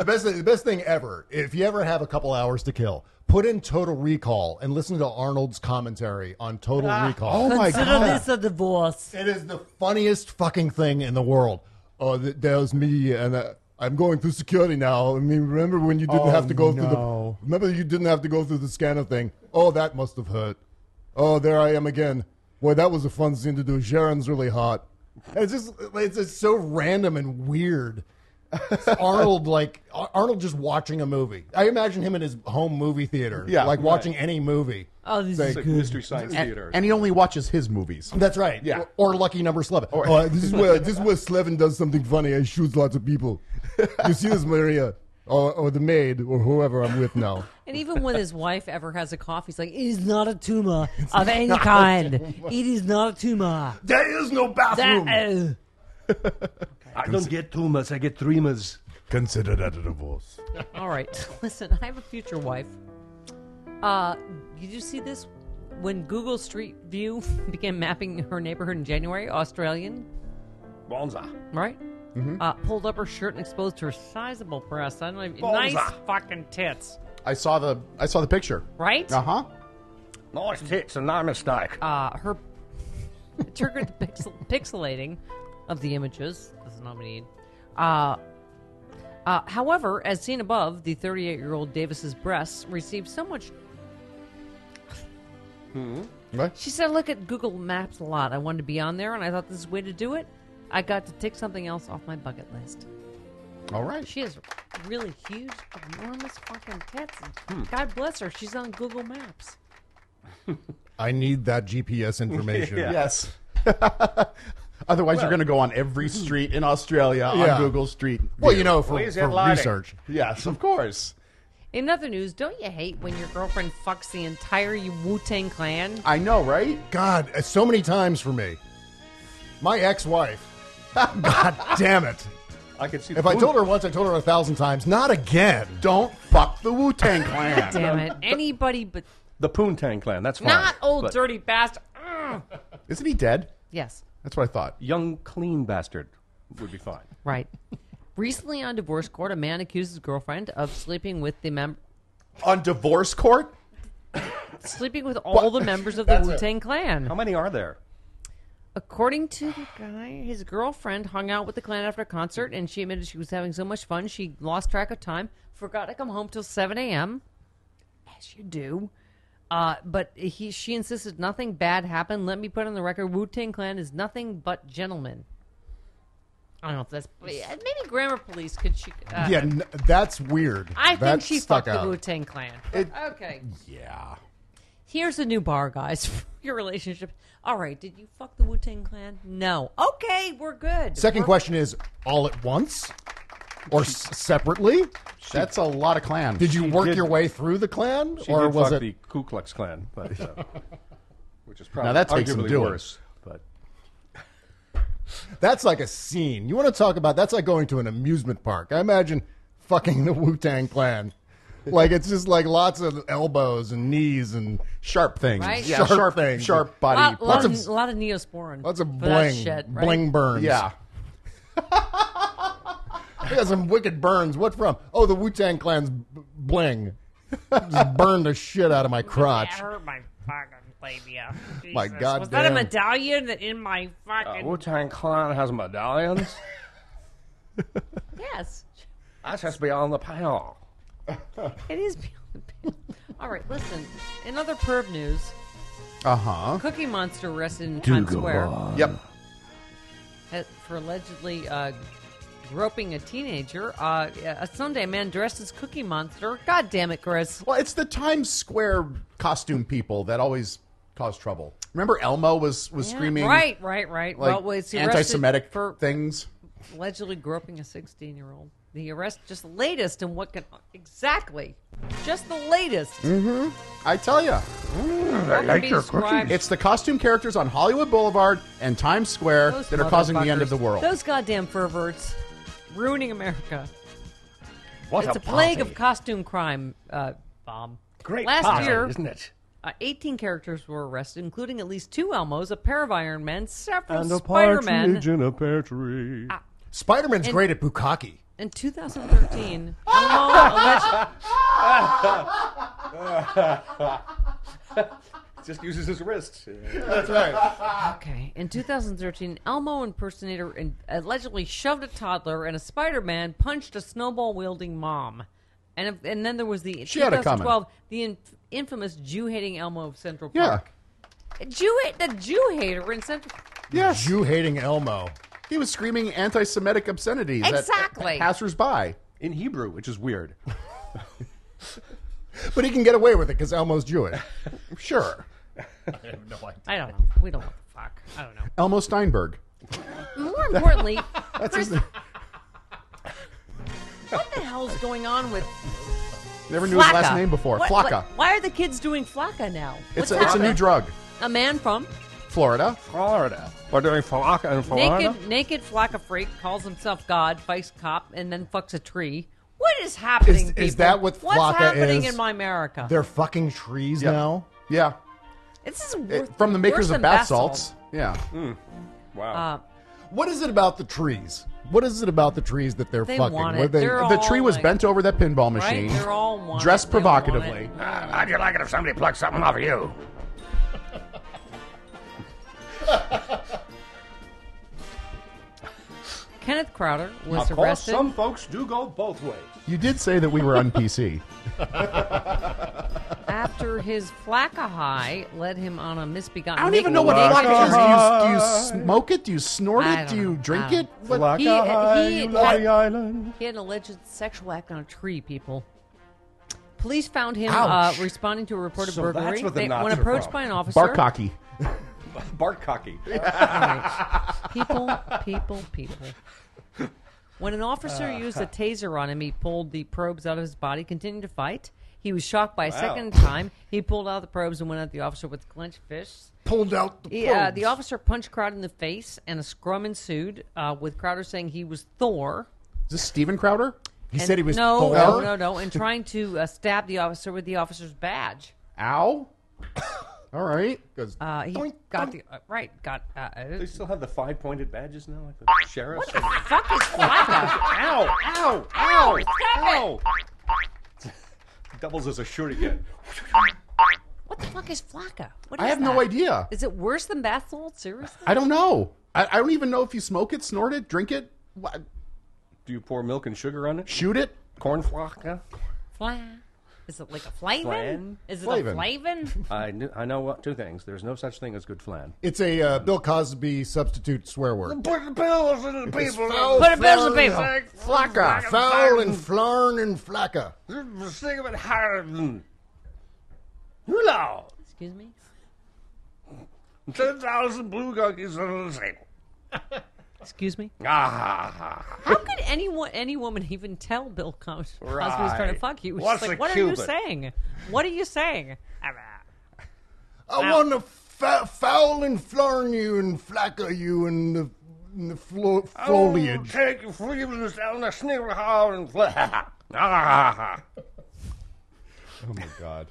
Speaker 4: best, thing, the best thing ever, if you ever have a couple hours to kill, put in Total Recall and listen to Arnold's commentary on Total
Speaker 5: Oh,
Speaker 4: Recall.
Speaker 10: Consider this a divorce.
Speaker 4: It is the funniest fucking thing in the world. Oh, th- that was me, and uh, I'm going through security now. I mean, remember when you didn't
Speaker 5: Oh,
Speaker 4: have to go
Speaker 5: no.
Speaker 4: through the? Remember you didn't have to go through the scanner thing. Oh, that must have hurt. Oh, there I am again. Boy, that was a fun scene to do. Sharon's really hot. And It's just, it's just so random and weird. It's Arnold, like Ar- Arnold, just watching a movie. I imagine him in his home movie theater,
Speaker 5: Yeah,
Speaker 4: like
Speaker 5: right.
Speaker 4: watching any movie.
Speaker 5: Oh, this
Speaker 4: Say,
Speaker 5: is It's like good. Mystery Science And- Theater or and he only watches his movies.
Speaker 4: That's right.
Speaker 5: Yeah.
Speaker 4: Or, or Lucky Number Eleven. Oh, this is where this is where Slevin does something funny and shoots lots of people. You see this, Maria, or, or the maid, or whoever I'm with now.
Speaker 1: And even when his wife ever has a cough, he's like, "Is not a tumor
Speaker 10: of any
Speaker 1: not a
Speaker 10: kind.
Speaker 1: tumor.
Speaker 10: It is not a tumor.
Speaker 3: There is no bathroom.
Speaker 10: That-
Speaker 3: I don't get tumors, I get dreamers. Consider that a divorce.
Speaker 1: uh, All right. Listen, I have a future wife. Uh, did you see this? When Google Street View began mapping her neighborhood in January, Australian,
Speaker 3: Bonza.
Speaker 1: right?
Speaker 5: Mhm.
Speaker 1: Uh, pulled up her shirt and exposed her sizable breasts. I don't even
Speaker 3: Bonza.
Speaker 1: nice fucking tits,
Speaker 5: I saw the I saw the picture.
Speaker 1: right?
Speaker 5: Uh huh.
Speaker 3: Nice tits, and no mistake.
Speaker 1: Uh, her triggered the pixel- pixelating of the images. This is not what we need. Uh, uh, however, as seen above, the 38-year-old Davis's breasts received so much
Speaker 5: Hmm.
Speaker 1: She said, I look at Google Maps a lot. I wanted to be on there, and I thought this is a way to do it. I got to tick something else off my bucket list.
Speaker 5: All right.
Speaker 1: She has really huge, enormous fucking tits.
Speaker 5: Hmm.
Speaker 1: God bless her. She's on Google Maps.
Speaker 4: I need that GPS information.
Speaker 5: Yeah. Yes. Otherwise,
Speaker 4: Well-
Speaker 5: you're going to go on every street in Australia
Speaker 4: Yeah.
Speaker 5: on Google Street.
Speaker 4: Well,
Speaker 5: View.
Speaker 4: you know, for- Where's that for lighting? research.
Speaker 5: Yes, of course.
Speaker 1: In other news, don't you hate when your girlfriend fucks the entire Wu Tang clan?
Speaker 5: I know, right?
Speaker 4: God, uh, so many times for me. My ex-wife. God damn it!
Speaker 3: I could see.
Speaker 4: If I told her once, I told her a thousand times. Not again.
Speaker 5: Don't fuck the Wu Tang Clan.
Speaker 1: Damn it. Anybody but
Speaker 3: The Poontang Clan, that's fine.
Speaker 1: not old
Speaker 3: But
Speaker 1: dirty bastard. Mm.
Speaker 5: Isn't he dead?
Speaker 1: Yes.
Speaker 5: That's what I thought.
Speaker 3: Young, clean bastard would be fine.
Speaker 1: Right. Recently on divorce court, a man accused his girlfriend of sleeping with the mem-
Speaker 5: On divorce court?
Speaker 1: sleeping with all the members of the
Speaker 5: That's it.
Speaker 1: Wu Tang Clan.
Speaker 3: How many are there?
Speaker 1: According to the guy, his girlfriend hung out with the clan after a concert, and she admitted she was having so much fun she lost track of time, forgot to come home till seven a.m. As you do. Uh, but he, she insisted nothing bad happened. Let me put on the record: Wu Tang Clan is nothing but gentlemen. I don't know if that's maybe grammar police could she. Uh,
Speaker 4: yeah, n- that's weird.
Speaker 1: I think
Speaker 4: That
Speaker 1: she
Speaker 4: stuck
Speaker 1: fucked
Speaker 4: out.
Speaker 1: the Wu Tang Clan. okay.
Speaker 5: Yeah.
Speaker 1: Here's a new bar, guys. for Your relationship. All right. Did you fuck the Wu Tang Clan? No. Okay, we're good.
Speaker 4: Second
Speaker 1: We're-
Speaker 4: question is all at once or s- separately?
Speaker 5: That's a lot of clan.
Speaker 4: Did you
Speaker 5: She
Speaker 4: work
Speaker 5: did-
Speaker 4: your way through the clan,
Speaker 3: She
Speaker 4: or
Speaker 3: did
Speaker 4: was
Speaker 3: fuck
Speaker 4: it?
Speaker 3: the Ku Klux Klan, but, uh, which is probably
Speaker 5: Now that takes some
Speaker 3: arguably
Speaker 5: doing.
Speaker 3: worse. But
Speaker 4: That's like a scene. You want to talk about? That's like going to an amusement park. I imagine fucking the Wu Tang Clan. Like it's just like lots of elbows and knees and
Speaker 5: sharp things,
Speaker 1: Right?
Speaker 5: Yeah, sharp-
Speaker 4: things,
Speaker 5: sharp
Speaker 1: A
Speaker 5: body
Speaker 1: lot, lot
Speaker 4: Lots
Speaker 1: of,
Speaker 4: of
Speaker 1: a lot of neosporin.
Speaker 4: lots of
Speaker 1: for that
Speaker 4: bling,
Speaker 1: shit, right?
Speaker 4: bling burns.
Speaker 5: Yeah.
Speaker 4: I got some wicked burns. What from? Oh, the Wu Tang Clan's b- bling. Just burned the shit out of my crotch.
Speaker 9: That hurt my fucking labia.
Speaker 4: My
Speaker 9: Jesus.
Speaker 4: goddamn. Oh.
Speaker 9: Was that a medallion that in my fucking?
Speaker 3: Wu Tang Uh, Clan has medallions.
Speaker 1: Yes,
Speaker 3: That's just beyond the pale.
Speaker 1: it is. beyond the pale. All right, listen. In other perv news,
Speaker 5: Uh
Speaker 4: Uh-huh.
Speaker 5: huh.
Speaker 1: Cookie Monster arrested in Times Square
Speaker 5: Yep.
Speaker 1: ha- for allegedly uh, groping a teenager. Uh, a Sunday man dressed as Cookie Monster. God damn it, Chris.
Speaker 5: Well, it's the Times Square costume people that always cause trouble. Remember, Elmo was was
Speaker 1: Yeah,
Speaker 5: screaming
Speaker 1: Right, right, right.
Speaker 5: like
Speaker 1: well, it's
Speaker 5: anti-Semitic things.
Speaker 1: allegedly groping a 16 year old. The arrest, just the latest in what can. Exactly. Just the latest.
Speaker 3: Mm,
Speaker 5: Mm-hmm. I tell you,
Speaker 1: I like your cookies.
Speaker 5: It's the costume characters on Hollywood Boulevard and Times Square
Speaker 1: Those
Speaker 5: that are causing the end of
Speaker 1: motherfuckers.
Speaker 5: the world.
Speaker 1: Those goddamn perverts ruining America.
Speaker 3: What
Speaker 1: it's
Speaker 3: a
Speaker 1: a, plague
Speaker 3: posse.
Speaker 1: of costume crime, uh, Bob.
Speaker 3: Great
Speaker 1: Last
Speaker 3: posse,
Speaker 1: year,
Speaker 3: isn't it?
Speaker 1: Uh, 18 characters were arrested, including at least two Elmos, a pair of Iron Men, several
Speaker 3: And a
Speaker 1: Spider Men.
Speaker 3: partridge in a pear tree.
Speaker 4: Spider Man's
Speaker 1: And-
Speaker 4: great at bukkake.
Speaker 1: In 2013, Elmo
Speaker 3: Just uses his wrist.
Speaker 2: That's right.
Speaker 1: Okay. In 2013, Elmo impersonator in- allegedly shoved a toddler, and a Spider-Man punched a snowball-wielding mom. And if- and then there was the
Speaker 5: She had it coming.
Speaker 1: 2012, the in, infamous Jew-hating Elmo of Central
Speaker 5: Yeah.
Speaker 1: Park. Jew the Jew hater in Central.
Speaker 5: Yes.
Speaker 4: Jew hating Elmo.
Speaker 5: He was screaming anti Semitic obscenities at-
Speaker 1: Exactly.
Speaker 5: at passers by.
Speaker 3: In Hebrew, which is weird.
Speaker 4: But he can get away with it because Elmo's Jewish.
Speaker 5: Sure.
Speaker 1: I don't know. We don't know. Fuck. I don't know.
Speaker 5: Elmo Steinberg.
Speaker 1: More importantly, Chris, what the hell's going on with
Speaker 5: Never knew his last
Speaker 1: Flacca?
Speaker 5: name before.
Speaker 1: What-
Speaker 5: Flacca.
Speaker 1: what- why are the kids doing Flacca now? What's
Speaker 5: It's a, it's a new
Speaker 1: happening?
Speaker 5: drug.
Speaker 1: A man from
Speaker 5: Florida.
Speaker 3: Florida. We're doing Falaka in Florida.
Speaker 1: naked, naked Flacca freak calls himself God, fights cop, and then fucks a tree. What is happening?
Speaker 4: Is- is
Speaker 1: people?
Speaker 4: that what Flacca
Speaker 1: What's happening
Speaker 4: is?
Speaker 1: in my America?
Speaker 4: They're fucking trees now.
Speaker 5: Yeah.
Speaker 1: This is worth,
Speaker 5: from the
Speaker 1: worse
Speaker 5: makers
Speaker 1: than
Speaker 5: of bath
Speaker 1: bath salt.
Speaker 5: salts. Yeah.
Speaker 1: Uh,
Speaker 3: Wow.
Speaker 4: What is it about the trees? What is it about the trees that they're
Speaker 1: They
Speaker 4: fucking?
Speaker 1: want
Speaker 4: What
Speaker 1: it.
Speaker 4: they-
Speaker 1: They're
Speaker 5: the tree was
Speaker 1: like-
Speaker 5: bent over that pinball
Speaker 1: Right?
Speaker 5: machine,
Speaker 1: They're all want
Speaker 5: dressed
Speaker 1: it. They want it.
Speaker 5: provocatively.
Speaker 2: How'd you like it if somebody plucked something off of you?
Speaker 1: Kenneth Crowder
Speaker 3: Of
Speaker 1: was
Speaker 3: course,
Speaker 1: arrested.
Speaker 3: some folks do go both ways.
Speaker 5: You did say that we were on PC.
Speaker 1: after his Flacca high led him on a misbegotten.
Speaker 5: I don't even know what
Speaker 1: naked-
Speaker 5: vodka is. Do you, do you smoke it? Do you snort
Speaker 1: I
Speaker 5: it?
Speaker 1: don't
Speaker 5: Do you
Speaker 1: know. Um,
Speaker 5: drink
Speaker 1: I don't
Speaker 5: it?
Speaker 1: know.
Speaker 5: What-
Speaker 1: He- he had-
Speaker 3: island.
Speaker 1: He had an alleged sexual act on a tree, people. Police found him uh,
Speaker 5: Ouch.
Speaker 1: responding to a reported
Speaker 3: So that's
Speaker 1: burglary.
Speaker 3: what the
Speaker 1: They-
Speaker 3: knots
Speaker 1: when
Speaker 3: are
Speaker 1: approached
Speaker 3: from.
Speaker 1: by an officer,
Speaker 5: Barcocky.
Speaker 3: Bart cocky.
Speaker 1: people, people, people. When an officer
Speaker 4: Uh,
Speaker 1: used a taser on him, he pulled the probes out of his body, continued to fight. He was shocked by a
Speaker 3: Wow.
Speaker 1: second time. He pulled out the probes and went at the officer with clenched fists.
Speaker 4: pulled out the
Speaker 1: He, uh,
Speaker 4: probes.
Speaker 1: the officer punched Crowder in the face, and a scrum ensued, uh, with Crowder saying he was Thor.
Speaker 5: Is this Steven Crowder?
Speaker 4: He
Speaker 1: And-
Speaker 4: said he was
Speaker 1: no,
Speaker 4: Thor.
Speaker 1: no, no, no, and trying to uh, stab the officer with the officer's badge.
Speaker 5: Ow. All right.
Speaker 4: Goes,
Speaker 1: Uh, he
Speaker 4: doink,
Speaker 1: got
Speaker 4: doink.
Speaker 1: the uh, right. Got uh, uh,
Speaker 3: They still have the five pointed badges now, like the sheriff. What the
Speaker 1: fuck is Flacca?
Speaker 3: Ow! Ow!
Speaker 1: Ow,
Speaker 3: Ow!
Speaker 1: stop
Speaker 3: Ow! Doubles as a shuriken.
Speaker 1: what the fuck is Flacca? What is
Speaker 5: I have
Speaker 1: that?
Speaker 5: no idea.
Speaker 1: Is it worse than bath salt? Seriously?
Speaker 5: I don't know. I, I don't even know if you smoke it, snort it, drink it, wha-
Speaker 3: Do you pour milk and sugar on it?
Speaker 5: shoot it.
Speaker 3: Corn flocka?
Speaker 1: Flan? Is it like a flavin?
Speaker 3: Flan?
Speaker 1: Is it a
Speaker 5: Flavin.
Speaker 1: flavin?
Speaker 3: I, kn- I know what two things. There's no such thing as good flan.
Speaker 4: It's a uh, Bill Cosby substitute swear word.
Speaker 2: Put the pills in the people.
Speaker 1: Put a bill in the paper.
Speaker 4: Flacca, Ah, foul and flarn and flacca.
Speaker 2: people. Sing about Harden. Hula.
Speaker 1: Excuse me.
Speaker 2: 10,000 blue donkeys on the table.
Speaker 1: Excuse me.
Speaker 2: Ah, ha, ha.
Speaker 1: How could anyone, any woman, even tell Bill Cos- Cosby was trying to
Speaker 3: Right.
Speaker 1: fuck you? She's
Speaker 3: What's
Speaker 1: like,
Speaker 3: a
Speaker 1: what are you
Speaker 3: Cuban?"
Speaker 1: saying? What are you saying?
Speaker 4: I want to fa- foul and flarn you and flacca you in the, in the flo- foliage.
Speaker 2: Oh, take your freebies down the sneaker hall and fly. Ah, ha, ha.
Speaker 5: Oh my god.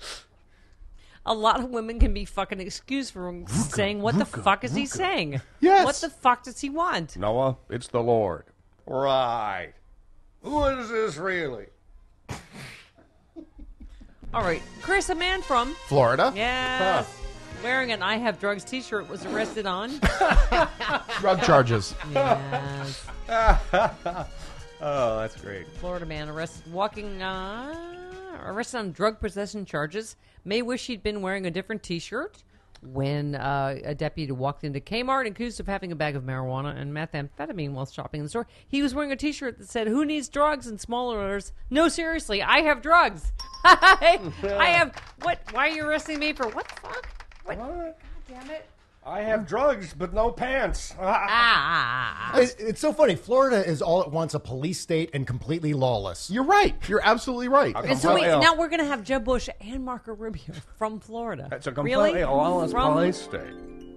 Speaker 1: A lot of women can be fucking excused for saying, what the fuck is he saying?
Speaker 5: Yes.
Speaker 1: What the fuck does he want?
Speaker 3: Noah, it's the Lord.
Speaker 2: Right. Who is this really?
Speaker 1: All right. Chris, a man from.
Speaker 5: Florida.
Speaker 1: Yes. Wearing an I Have Drugs t shirt was arrested on.
Speaker 5: Drug charges.
Speaker 1: yes.
Speaker 3: Oh, that's great.
Speaker 1: Florida man arrested walking uh, arrested on drug possession charges. May wish he'd been wearing a different T-shirt when uh, a deputy walked into Kmart and accused of having a bag of marijuana and methamphetamine while shopping in the store. He was wearing a T-shirt that said "Who needs drugs?" and smaller letters. No, seriously, I have drugs. I have what? Why are you arresting me for what the fuck? What?
Speaker 3: What?
Speaker 1: Damn it!
Speaker 3: I have drugs, but no pants. Ah.
Speaker 1: Ah!
Speaker 4: It- it's so funny. Florida is all at once a police state and completely lawless.
Speaker 5: You're right. You're absolutely right.
Speaker 1: And so
Speaker 3: Well,
Speaker 1: wait,
Speaker 3: yeah.
Speaker 1: now we're gonna have Jeb Bush and Marco Rubio from Florida.
Speaker 3: That's a
Speaker 1: really
Speaker 3: completely lawless
Speaker 1: From-
Speaker 3: police state.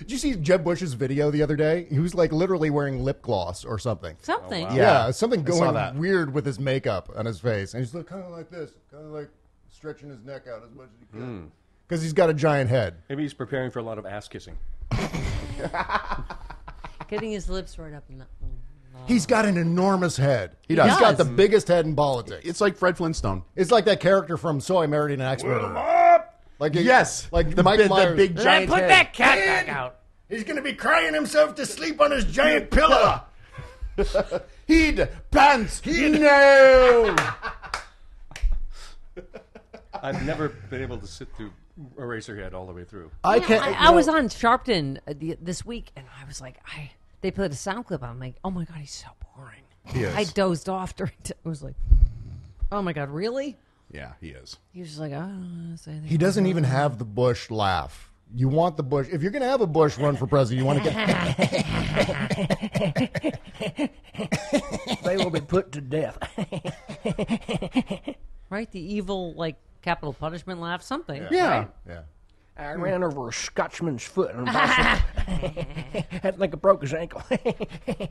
Speaker 4: Did you see Jeb Bush's video the other day? He was like literally wearing lip gloss or something.
Speaker 1: Something.
Speaker 4: Yeah, something
Speaker 5: I saw
Speaker 4: going
Speaker 5: that.
Speaker 4: weird with his makeup on his
Speaker 5: Oh.
Speaker 4: face, and he's look kind of like this, kind of like stretching his neck out as much as he
Speaker 5: Hmm.
Speaker 4: can, because he's got a giant head.
Speaker 3: Maybe he's preparing for a lot of ass kissing.
Speaker 1: Getting his lips right up in the. mm,
Speaker 4: He's got an enormous head.
Speaker 5: He does.
Speaker 4: He's got the biggest head in politics.
Speaker 5: It's like Fred Flintstone.
Speaker 4: It's like that character from So I Married an Axe Murderer. Like
Speaker 5: uh, Yes,
Speaker 4: like
Speaker 5: the
Speaker 4: Mike
Speaker 5: big- the
Speaker 4: Myers.
Speaker 5: big Then giant put head. that
Speaker 2: cat back out.
Speaker 4: He's going to be crying himself to sleep on his giant pillow.
Speaker 5: Heed pants. No.
Speaker 3: I've never been able to sit through Eraserhead all the way through.
Speaker 1: You know, I, I was on Sharpton uh, the, this week, and I was like, I they played a sound clip. I'm like, oh my god, he's so boring.
Speaker 5: He is.
Speaker 1: I dozed off during. T- I was like, oh my god, really?
Speaker 5: Yeah, he is.
Speaker 1: He was just like, I don't want to say anything.
Speaker 4: He doesn't even have the Bush laugh. You want the Bush. If you're going to have a Bush run for president, you want to get.
Speaker 11: they will be put to death.
Speaker 1: right? The evil like capital punishment laugh, something. right?
Speaker 4: Yeah.
Speaker 11: I ran over a Scotchman's foot on a bicycle. I think I broke his ankle.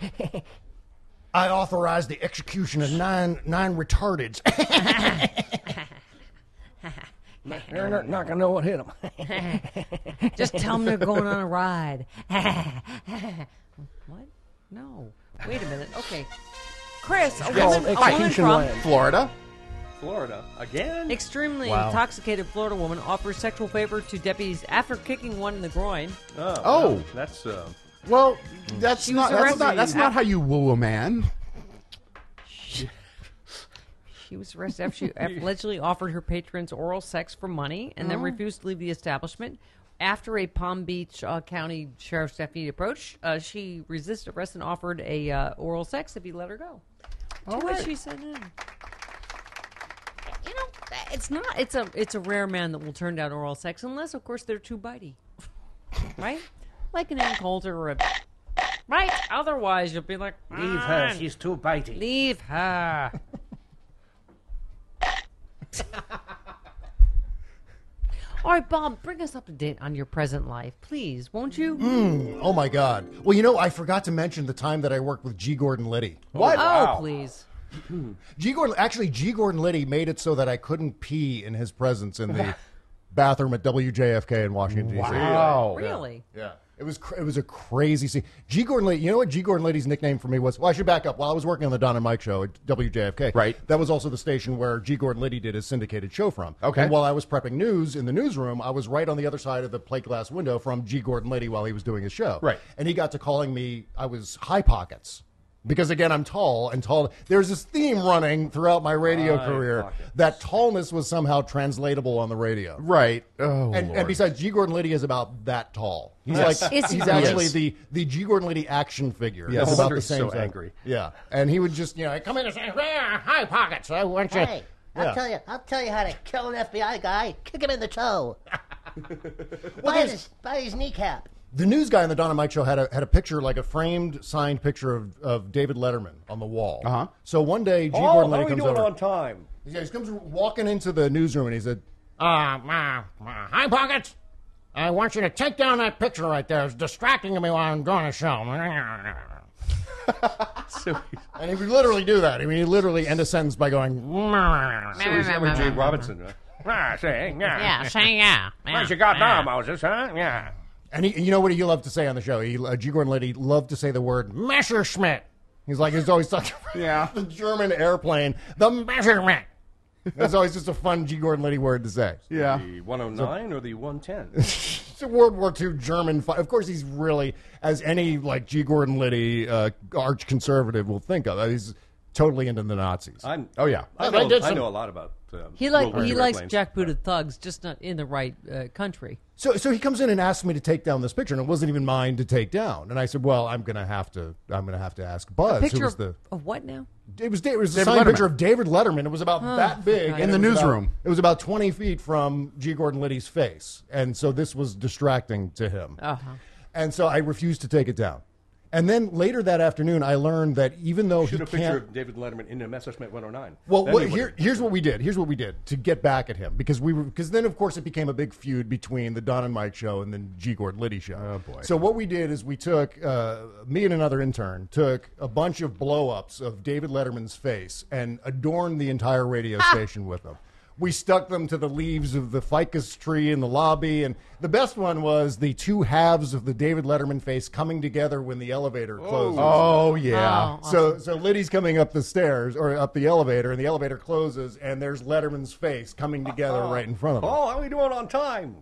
Speaker 4: I authorize the execution of nine nine retardeds.
Speaker 11: They're not, not gonna know what hit them.
Speaker 1: Just tell them they're going on a ride. what? No. Wait a minute. Okay. Chris, a
Speaker 5: Yes.
Speaker 1: woman, a
Speaker 5: Hi.
Speaker 1: woman from
Speaker 5: Florida.
Speaker 3: Florida again.
Speaker 1: extremely
Speaker 5: Wow.
Speaker 1: intoxicated Florida woman offers sexual favor to deputies after kicking one in the groin.
Speaker 3: Oh,
Speaker 5: Oh.
Speaker 3: well, that's uh,
Speaker 5: Well, that's
Speaker 1: She was
Speaker 5: not that's, not
Speaker 1: arrested.
Speaker 5: that's not how you woo a man.
Speaker 1: She was arrested after she uh, allegedly offered her patrons oral sex for money and then
Speaker 11: Oh.
Speaker 1: refused to leave the establishment. After a Palm Beach uh, County Sheriff's deputy approached, uh, she resisted arrest and offered a uh, oral sex if he let her go.
Speaker 11: All
Speaker 1: to which
Speaker 11: right.
Speaker 1: she said no. You know, it's not. It's a it's a rare man that will turn down oral sex unless, of course, they're too bitey, right? Like an Ann Coulter or a right. Otherwise, you'll be like,
Speaker 11: Leave her.
Speaker 1: "Man,
Speaker 11: She's too bitey.
Speaker 1: Leave her. All right, Bob, bring us up to date on your present life, please, won't you?
Speaker 4: Mm, oh my God. Well, you know, I forgot to mention the time that I worked with G. Gordon Liddy.
Speaker 1: What? Oh, wow. please.
Speaker 4: G. Gordon, actually, G. Gordon Liddy made it so that I couldn't pee in his presence in the bathroom at WJFK in Washington D.C.
Speaker 5: Wow.
Speaker 1: Really?
Speaker 4: Yeah. It was cr- it was a crazy scene. G. Gordon Liddy, you know what G. Gordon Liddy's nickname for me was? Well, I should back up. While I was working on the Don and Mike show at WJFK, right, that was also the station where G. Gordon Liddy did his syndicated show from.
Speaker 5: Okay.
Speaker 4: And while I was prepping news in the newsroom, I was right on the other side of the plate glass window from G. Gordon Liddy while he was doing his show.
Speaker 5: Right.
Speaker 4: And he got to calling me. I was high pockets. Because again, I'm tall and tall. There's this theme running throughout my radio
Speaker 5: High
Speaker 4: career that tallness was somehow translatable on the radio.
Speaker 5: Right. Oh,
Speaker 4: and, and
Speaker 5: Lord.
Speaker 4: besides, G. Gordon Liddy is about that tall. He's
Speaker 5: Yes.
Speaker 4: like
Speaker 5: Is he
Speaker 4: he's
Speaker 5: really?
Speaker 4: actually
Speaker 5: Yes.
Speaker 4: the the G. Gordon Liddy action figure.
Speaker 5: Yes.
Speaker 4: It's
Speaker 5: No
Speaker 4: about
Speaker 5: wonder
Speaker 4: the
Speaker 5: he's
Speaker 4: same
Speaker 5: so
Speaker 4: thing.
Speaker 5: angry.
Speaker 4: Yeah, and he would just you know come in and say "Rah, hi pockets. I want you.
Speaker 12: Hey,
Speaker 4: Yeah.
Speaker 12: I'll tell you, I'll tell you how to kill an FBI guy. Kick him in the toe. by, his, by his kneecap.
Speaker 4: The news guy on the Don and Mike show had a had a picture like a framed signed picture of, of David Letterman on the wall. Uh huh. So one day, G.
Speaker 3: Oh,
Speaker 4: Gordon
Speaker 3: how
Speaker 4: Liddy
Speaker 3: are we
Speaker 4: comes
Speaker 3: doing
Speaker 4: over.
Speaker 3: on time?
Speaker 4: Yeah, he comes walking into the newsroom and he said, "Ah,
Speaker 12: Uh, my, my, hi, Pockets.
Speaker 4: "I want you to take down that picture right there. It's distracting me while I'm doing a show." And he would literally do that. I mean, he literally end a sentence by going.
Speaker 3: So he's Edward J. Robinson, right?
Speaker 12: Ah, say, yeah.
Speaker 4: Yeah, say, yeah,
Speaker 12: Where's
Speaker 4: yeah,
Speaker 12: your goddamn
Speaker 4: yeah.
Speaker 12: Moses, huh? Yeah.
Speaker 4: And he, you know what he loved to say on the show? He, uh, G. Gordon Liddy loved to say the word Messerschmitt. He's like, he's always talking about yeah. the German airplane, the Messerschmitt. That's always just a fun G. Gordon Liddy word to say.
Speaker 3: The 109 or the 110?
Speaker 4: It's a World War II German fight. Of course, he's really, as any like G. Gordon Liddy uh, arch conservative will think of, uh, he's totally into the Nazis.
Speaker 3: I'm,
Speaker 4: oh, yeah.
Speaker 3: I
Speaker 4: They
Speaker 3: know,
Speaker 4: did
Speaker 3: I
Speaker 4: some-
Speaker 3: know a lot about. Um,
Speaker 1: He like
Speaker 3: World War
Speaker 1: he
Speaker 3: II
Speaker 1: likes
Speaker 3: airplanes.
Speaker 1: jackbooted thugs, just not in the right uh, country.
Speaker 4: So, so he comes in and asks me to take down this picture, and it wasn't even mine to take down. And I said, "Well, I'm gonna have to. I'm gonna have to ask Buzz,
Speaker 1: a
Speaker 4: who
Speaker 1: picture
Speaker 4: was
Speaker 1: of,
Speaker 4: the
Speaker 1: of what now?
Speaker 4: It was, it was a
Speaker 5: David
Speaker 4: signed
Speaker 5: Letterman.
Speaker 4: picture of David Letterman. It was about
Speaker 1: Oh,
Speaker 4: that big.
Speaker 5: God.
Speaker 4: and
Speaker 5: In the
Speaker 4: it was about-
Speaker 5: newsroom.
Speaker 4: it was about 20 feet from G. Gordon Liddy's face. And so this was distracting to him.
Speaker 1: Uh-huh.
Speaker 4: And so I refused to take it down. And then later that afternoon, I learned that even though
Speaker 3: Shoot
Speaker 4: he
Speaker 3: a picture
Speaker 4: can't.
Speaker 3: of David Letterman in a Messerschmitt 109.
Speaker 4: Well,
Speaker 3: Then
Speaker 4: what,
Speaker 3: he would've-
Speaker 4: here, here's what we did. Here's what we did to get back at him because we were because then of course it became a big feud between the Don and Mike show and then G Gord Liddy show. Oh boy! So what we did is we took uh, me and another intern took a bunch of blow ups of David Letterman's face and adorned the entire radio station with them. we stuck them to the leaves of the ficus tree in the lobby. And the best one was the two halves of the David Letterman face coming together when the elevator closes.
Speaker 5: Oh, yeah.
Speaker 4: So so Liddy's coming up the stairs or up the elevator, and the elevator closes, and there's Letterman's face coming together right in front of him.
Speaker 3: Oh, how are we doing on time?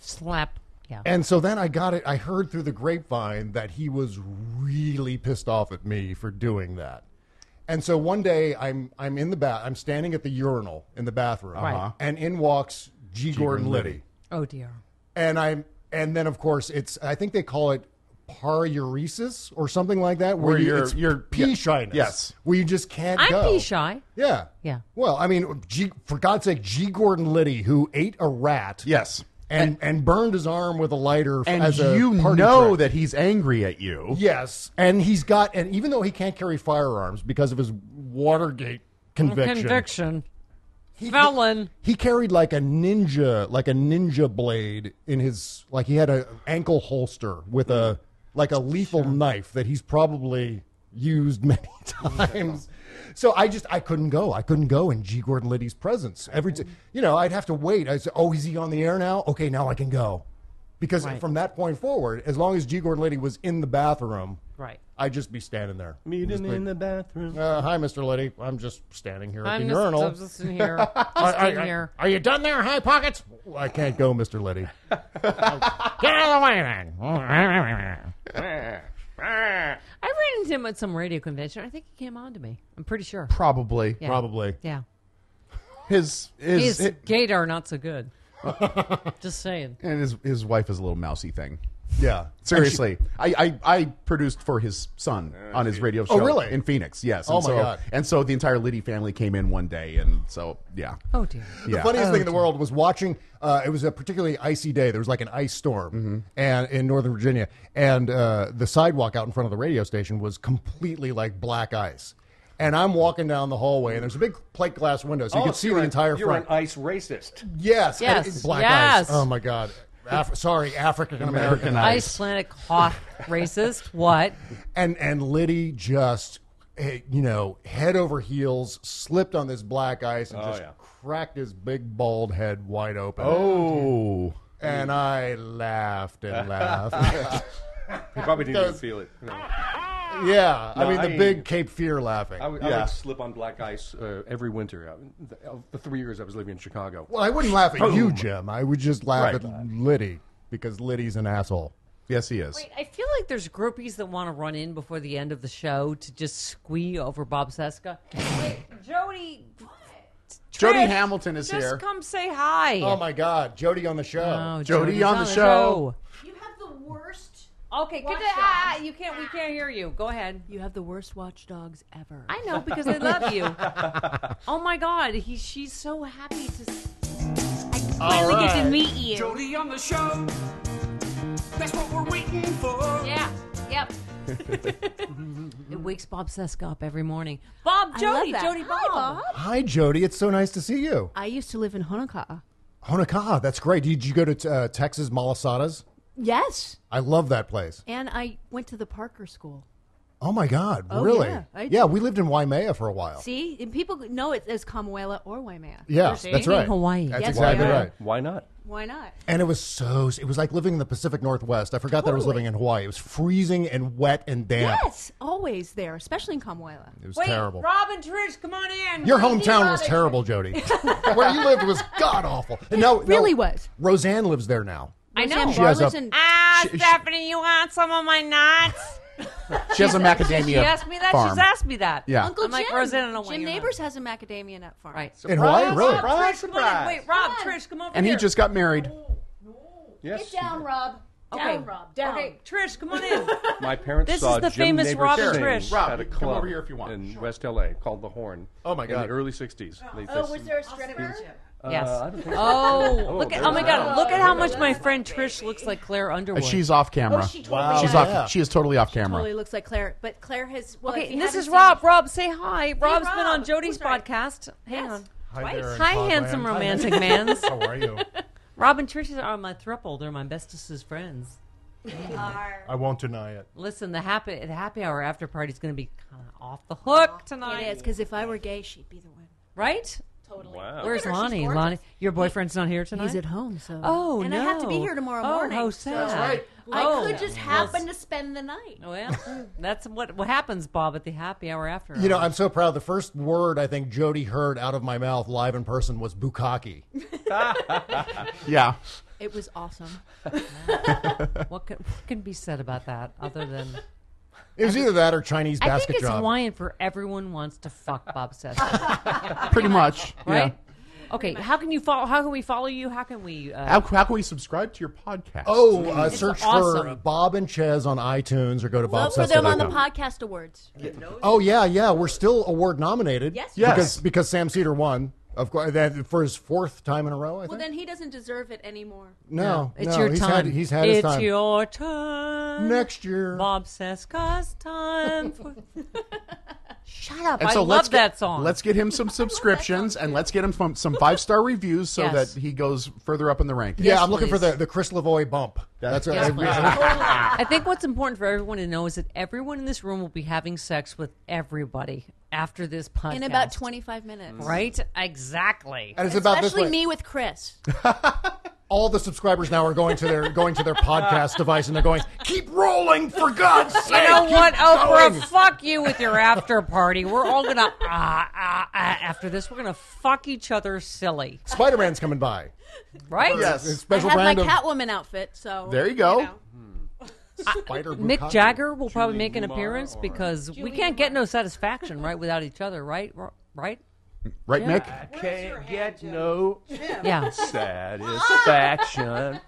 Speaker 1: Slap. Yeah.
Speaker 4: And so then I got it. I heard through the grapevine that he was really pissed off at me for doing that. And so one day I'm I'm in the bath. I'm standing at the urinal in the bathroom,
Speaker 5: Uh-huh.
Speaker 1: Right.
Speaker 4: and in walks G. Gordon Liddy.
Speaker 1: Oh dear.
Speaker 4: And I'm and then of course it's I think they call it paruresis or something like that, where,
Speaker 5: Where
Speaker 4: you,
Speaker 5: you're-
Speaker 4: it's
Speaker 5: you're-
Speaker 4: pee
Speaker 5: yeah.
Speaker 4: shyness.
Speaker 5: Yes.
Speaker 4: where you just can't.
Speaker 1: I'm
Speaker 4: go.
Speaker 1: pea shy.
Speaker 4: Yeah.
Speaker 1: Yeah.
Speaker 4: Well, I mean, G, for God's sake, G. Gordon Liddy, who ate a rat.
Speaker 5: Yes.
Speaker 4: And, and, burned his arm with a lighter f-
Speaker 5: And
Speaker 4: as a
Speaker 5: you
Speaker 4: party
Speaker 5: know
Speaker 4: trick.
Speaker 5: that he's angry at you.
Speaker 4: Yes. And he's got, and even though he can't carry firearms because of his Watergate conviction.
Speaker 1: Conviction. Felon.
Speaker 4: He carried like a ninja, like a ninja blade in his, like he had a ankle holster with a, like a lethal knife that he's probably used many times. So I just I couldn't go. I couldn't go in G. Gordon Liddy's presence. Every t- you know, I'd have to wait. I said, "Oh, is he on the air now? Okay, now I can go." Because
Speaker 1: Right.
Speaker 4: from that point forward, as long as G. Gordon Liddy was in the bathroom,
Speaker 1: Right.
Speaker 4: I'd just be standing there.
Speaker 3: Meet him
Speaker 4: Just be-
Speaker 3: in the bathroom.
Speaker 4: uh, hi, Mr. Liddy. I'm just standing here at
Speaker 1: I'm
Speaker 4: the
Speaker 1: just-
Speaker 4: urinal.
Speaker 1: I'm just in here. Just in here.
Speaker 4: Are you done there? Hi, pockets. Well, I can't go, Mr. Liddy. Get out of the way then.
Speaker 1: I ran into him at some radio convention. I think he came on to me. I'm pretty sure.
Speaker 5: Probably.
Speaker 1: Yeah. Yeah.
Speaker 5: His his,
Speaker 1: His gaydar not so good. Just saying.
Speaker 5: and his his wife is a little mousy thing.
Speaker 4: Yeah.
Speaker 5: Seriously, I, I I produced for his son on his radio show.
Speaker 4: Oh, really?
Speaker 5: In Phoenix, yes.
Speaker 4: Oh,
Speaker 5: and
Speaker 4: my
Speaker 5: so,
Speaker 4: God.
Speaker 5: And so the entire Liddy family came in one day, and so yeah.
Speaker 1: Oh dear.
Speaker 4: The
Speaker 5: Yeah.
Speaker 4: funniest thing in the
Speaker 1: Oh,
Speaker 4: world was watching. Uh, it was a particularly icy day. There was like an ice storm, and in Northern Virginia, and uh, the sidewalk out in front of the radio station was completely like black ice. And I'm walking down the hallway, and there's a big plate glass window, so you
Speaker 3: Oh,
Speaker 4: could see
Speaker 3: you're
Speaker 4: the
Speaker 3: an-
Speaker 4: entire
Speaker 3: You're
Speaker 4: front.
Speaker 3: an ice racist.
Speaker 4: Yes, and
Speaker 1: Yes,
Speaker 4: it's black
Speaker 1: yes.
Speaker 4: ice. Oh my God. Af- sorry, African American ice.
Speaker 1: Ice Planet Hoth racist. What?
Speaker 4: and and Liddy just eh, you know head over heels slipped on this black ice and
Speaker 5: Oh,
Speaker 4: just
Speaker 5: yeah.
Speaker 4: cracked his big bald head wide open.
Speaker 5: Oh.
Speaker 4: and I laughed and laughed.
Speaker 3: You probably didn't even
Speaker 4: Because-
Speaker 3: feel it. No.
Speaker 4: yeah,
Speaker 3: No,
Speaker 4: I mean
Speaker 3: I
Speaker 4: the
Speaker 3: mean-
Speaker 4: big Cape Fear laughing.
Speaker 3: I would, I
Speaker 4: yeah.
Speaker 3: would slip on black ice uh, every winter. Uh, the, of the three years I was living in Chicago.
Speaker 4: well, I wouldn't laugh at you,
Speaker 3: Boom.
Speaker 4: Jim. I would just laugh
Speaker 3: Right.
Speaker 4: at Liddy because Liddy's an asshole.
Speaker 5: Yes, he is.
Speaker 1: Wait, I feel like there's groupies that want to run in before the end of the show to just squee over Bob Seska. Jody.
Speaker 5: Jody
Speaker 1: Trish,
Speaker 5: Hamilton is
Speaker 1: just
Speaker 5: here.
Speaker 1: come say hi.
Speaker 4: Oh my God, Jody on the show.
Speaker 1: Oh,
Speaker 5: Jody
Speaker 1: Jody's
Speaker 5: on the show.
Speaker 9: You have the worst.
Speaker 1: Okay, get the, ah, ah, you can't. We can't hear you. Go ahead.
Speaker 9: You have the worst watchdogs ever.
Speaker 1: I know because I love you. oh my God, he. She's so happy to. s- I finally get to meet you.
Speaker 13: Jody on the show. That's what we're waiting for.
Speaker 1: Yeah. Yep. it wakes Bob Seska up every morning. Bob,
Speaker 9: I
Speaker 1: Jody,
Speaker 9: love that.
Speaker 1: Jody, Bob.
Speaker 9: Hi, Bob.
Speaker 4: Hi, Jody. It's so nice to see you.
Speaker 9: I used to live in Honoka.
Speaker 4: Honoka, that's great. Did you go to uh, Texas Malasadas?
Speaker 9: Yes.
Speaker 4: I love that place.
Speaker 9: And I went to the Parker School.
Speaker 4: Oh my God!
Speaker 9: Oh,
Speaker 4: really?
Speaker 9: yeah, I
Speaker 4: yeah,
Speaker 9: did.
Speaker 4: we lived in Waimea for a while.
Speaker 9: See? And people know it as Kamuela or Waimea.
Speaker 4: yeah,
Speaker 9: See?
Speaker 4: that's right.
Speaker 1: Hawaii.
Speaker 4: That's
Speaker 9: Yes,
Speaker 4: exactly
Speaker 9: we are.
Speaker 4: right.
Speaker 3: Why not?
Speaker 9: Why not?
Speaker 4: And it was so. It was like living in the Pacific Northwest. I forgot that I was living in Hawaii. It was freezing and wet and damp.
Speaker 9: Yes, always there, especially in Kamuela.
Speaker 4: It was
Speaker 1: Wait,
Speaker 4: terrible.
Speaker 1: Rob and Trish, come on in.
Speaker 4: Your
Speaker 1: We need
Speaker 4: hometown was
Speaker 1: Robin.
Speaker 4: terrible, Jody. Where you lived was god awful. And now,
Speaker 9: really
Speaker 4: now,
Speaker 9: was.
Speaker 4: Roseanne lives there now.
Speaker 1: I know.
Speaker 4: She has a-
Speaker 1: Ah, Stephanie, you want some of my nuts?
Speaker 5: She has a macadamia
Speaker 1: She asked me that.
Speaker 5: farm.
Speaker 1: She's asked me that.
Speaker 5: Yeah.
Speaker 9: Uncle
Speaker 1: I'm like,
Speaker 9: Jim.
Speaker 1: Rosanna, no,
Speaker 9: Jim Neighbors has a macadamia nut farm.
Speaker 1: Right.
Speaker 4: In Hawaii,
Speaker 1: Rob,
Speaker 4: really?
Speaker 1: Rob, Trish, come on in.
Speaker 3: Surprise, surprise.
Speaker 1: Wait, Rob, Trish, come over
Speaker 5: and
Speaker 1: here.
Speaker 5: he just got married.
Speaker 3: Yes.
Speaker 9: Rob.
Speaker 1: Okay. Oh. Okay, Trish, come on in.
Speaker 3: My parents
Speaker 1: This
Speaker 3: saw
Speaker 1: is the
Speaker 3: Jim
Speaker 1: famous
Speaker 3: Neighbor
Speaker 1: Robin
Speaker 3: sing
Speaker 1: Trish.
Speaker 5: Rob,
Speaker 3: at a
Speaker 5: you can come
Speaker 3: club
Speaker 5: over here if you want.
Speaker 3: in West LA called the Horn.
Speaker 4: Oh, my
Speaker 3: In
Speaker 4: God.
Speaker 3: the early '60s. Late
Speaker 7: Oh,
Speaker 3: 50s.
Speaker 7: was there a stripper?
Speaker 3: Uh,
Speaker 1: Yes.
Speaker 3: I don't think so.
Speaker 1: Oh,
Speaker 3: Oh,
Speaker 1: look at,
Speaker 3: there
Speaker 1: oh my
Speaker 3: we
Speaker 1: God,
Speaker 3: go.
Speaker 1: look at how much my friend Trish looks like Claire
Speaker 5: Uh,
Speaker 1: Underwood.
Speaker 5: She's off camera.
Speaker 9: Oh, she totally
Speaker 5: She's
Speaker 9: is.
Speaker 4: Yeah.
Speaker 5: off. She is totally off camera.
Speaker 9: Totally looks like Claire, but Claire has. Well, if
Speaker 1: okay,
Speaker 9: you
Speaker 1: and this
Speaker 9: haven't
Speaker 1: is
Speaker 9: seen
Speaker 1: Rob.
Speaker 9: it-
Speaker 1: Rob, say hi. Rob's
Speaker 9: Rob.
Speaker 1: been on Jody's
Speaker 9: Who's right?
Speaker 1: podcast. Hang
Speaker 9: Yes.
Speaker 1: on.
Speaker 4: Hi, there in
Speaker 1: Hi,
Speaker 4: Fogland.
Speaker 1: handsome
Speaker 4: Hi.
Speaker 1: romantic mans.
Speaker 4: How are you?
Speaker 1: Rob and Trish are my thruple. They're my bestest friends.
Speaker 4: I won't deny it.
Speaker 1: Listen, the happy the happy hour after party is going to be kind of off the hook tonight,
Speaker 9: It is because if I were gay, she'd be the one.
Speaker 1: right?
Speaker 14: totally.
Speaker 6: Wow.
Speaker 1: Where's Lonnie? Lonnie, your boyfriend's not here tonight.
Speaker 14: He's at home, so
Speaker 1: oh
Speaker 14: and
Speaker 1: no.
Speaker 14: I have to be here tomorrow
Speaker 1: Oh,
Speaker 14: morning.
Speaker 1: how
Speaker 14: so-
Speaker 1: sad.
Speaker 14: I
Speaker 1: Oh.
Speaker 14: could just happen to spend the night.
Speaker 1: Well, that's what what happens, Bob, at the happy hour after.
Speaker 4: You know, I'm so proud. The first word I think Jody heard out of my mouth live in person was bukkake.
Speaker 5: yeah.
Speaker 14: It was awesome.
Speaker 1: what, can, what can be said about that other than
Speaker 4: It was either that or Chinese
Speaker 1: I
Speaker 4: basket
Speaker 1: think it's
Speaker 4: job.
Speaker 1: Hawaiian for everyone wants to fuck Bob says.
Speaker 5: Pretty much. Yeah.
Speaker 1: right? Okay, how can you follow? How can we follow you? How can we? Uh,
Speaker 5: How, how can we subscribe to your podcast?
Speaker 4: Oh, uh,
Speaker 1: It's
Speaker 4: search for
Speaker 1: awesome.
Speaker 4: Bob and Ches on iTunes or go to
Speaker 14: Vote for them on the
Speaker 4: bobseska.com.
Speaker 14: podcast awards.
Speaker 4: Oh yeah, yeah. We're still award nominated.
Speaker 14: Yes.
Speaker 5: Yes.
Speaker 4: Because because Sam Cedar won, of course, that for his fourth time in a row. I
Speaker 14: Well,
Speaker 4: think.
Speaker 14: then he doesn't deserve it anymore.
Speaker 4: no,
Speaker 1: it's
Speaker 4: no,
Speaker 1: your
Speaker 4: Oh, he's
Speaker 1: time.
Speaker 4: Had, he's had his
Speaker 1: it's
Speaker 4: time.
Speaker 1: your time.
Speaker 4: Next year,
Speaker 1: Bob Seska's time. For... Shut up!
Speaker 5: And
Speaker 1: I
Speaker 5: so
Speaker 1: love
Speaker 5: let's get,
Speaker 1: that song.
Speaker 5: Let's get him some subscriptions and let's get him some, some five star reviews so
Speaker 1: Yes.
Speaker 5: that he goes further up in the rankings.
Speaker 4: yeah, I'm looking for the the Chris Lavoie bump. That's
Speaker 1: Yes,
Speaker 4: what
Speaker 1: please. I think what's important for everyone to know is that everyone in this room will be having sex with everybody after this podcast
Speaker 14: In about 25 minutes.
Speaker 1: Right? Exactly.
Speaker 4: And it's about this
Speaker 14: Especially
Speaker 4: way.
Speaker 14: me with Chris.
Speaker 4: all the subscribers now are going to their going to their podcast device and they're going, keep rolling for God's
Speaker 1: You
Speaker 4: sake.
Speaker 1: know
Speaker 4: keep
Speaker 1: what, Oprah?
Speaker 4: going."
Speaker 1: Fuck you with your after party. We're all gonna ah ah ah. After this, we're gonna fuck each other silly,
Speaker 4: Spider Man's coming by.
Speaker 1: right?
Speaker 4: Yes. It's
Speaker 14: I
Speaker 4: special
Speaker 14: have my
Speaker 4: brand of-
Speaker 14: Catwoman outfit, so.
Speaker 4: There you go.
Speaker 14: know.
Speaker 4: Spider
Speaker 1: Mick
Speaker 4: Bukkake.
Speaker 1: Jagger will probably
Speaker 4: Julie
Speaker 1: make an
Speaker 4: Newmar
Speaker 1: appearance
Speaker 4: or-
Speaker 1: because we can't get no satisfaction right without each other, right? R- Right?
Speaker 5: Right,
Speaker 1: Yeah.
Speaker 5: Mick?
Speaker 3: Can't get no
Speaker 1: Yeah.
Speaker 3: satisfaction.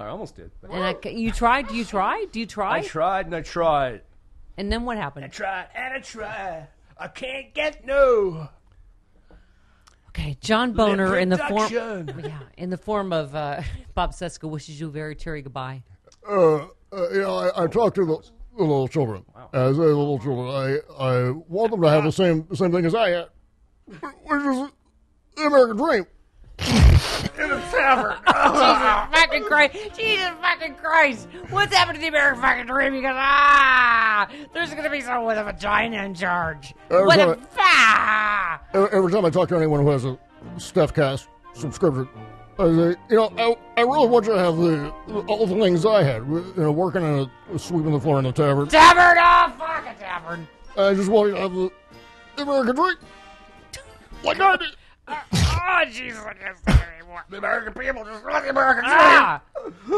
Speaker 3: I almost did. but-
Speaker 1: And I c you tried? You tried? Do you try?
Speaker 3: I tried and I tried.
Speaker 1: And then what happened?
Speaker 3: I tried and I tried. I can't get no.
Speaker 1: Okay, John Boner in the form,
Speaker 3: Reduction.
Speaker 1: yeah, in the form of uh, Bob Seska wishes you a very cheery goodbye.
Speaker 15: uh, uh, you know, I, I talk to the, the little children. As the little children, I, I want them to have the same the same thing as I had, which is the American dream.
Speaker 3: In the tavern.
Speaker 1: Jesus fucking Christ! Jesus fucking Christ! What's happened to the American fucking dream? Because ah, there's gonna be someone with a vagina in charge.
Speaker 15: Every
Speaker 1: What
Speaker 15: time
Speaker 1: a fa!
Speaker 15: I, every- every time I talk to anyone who has a StephCast subscription, I say, you know, I, I really want you to have the, all the things I had, you know, working and a, sweeping the floor in the tavern.
Speaker 1: Tavern, oh fuck a tavern!
Speaker 15: I just want you to have the, the American dream. Like I did.
Speaker 1: Oh Jesus, I can't stand it anymore.
Speaker 3: The American people just want the American dream.
Speaker 1: Ah!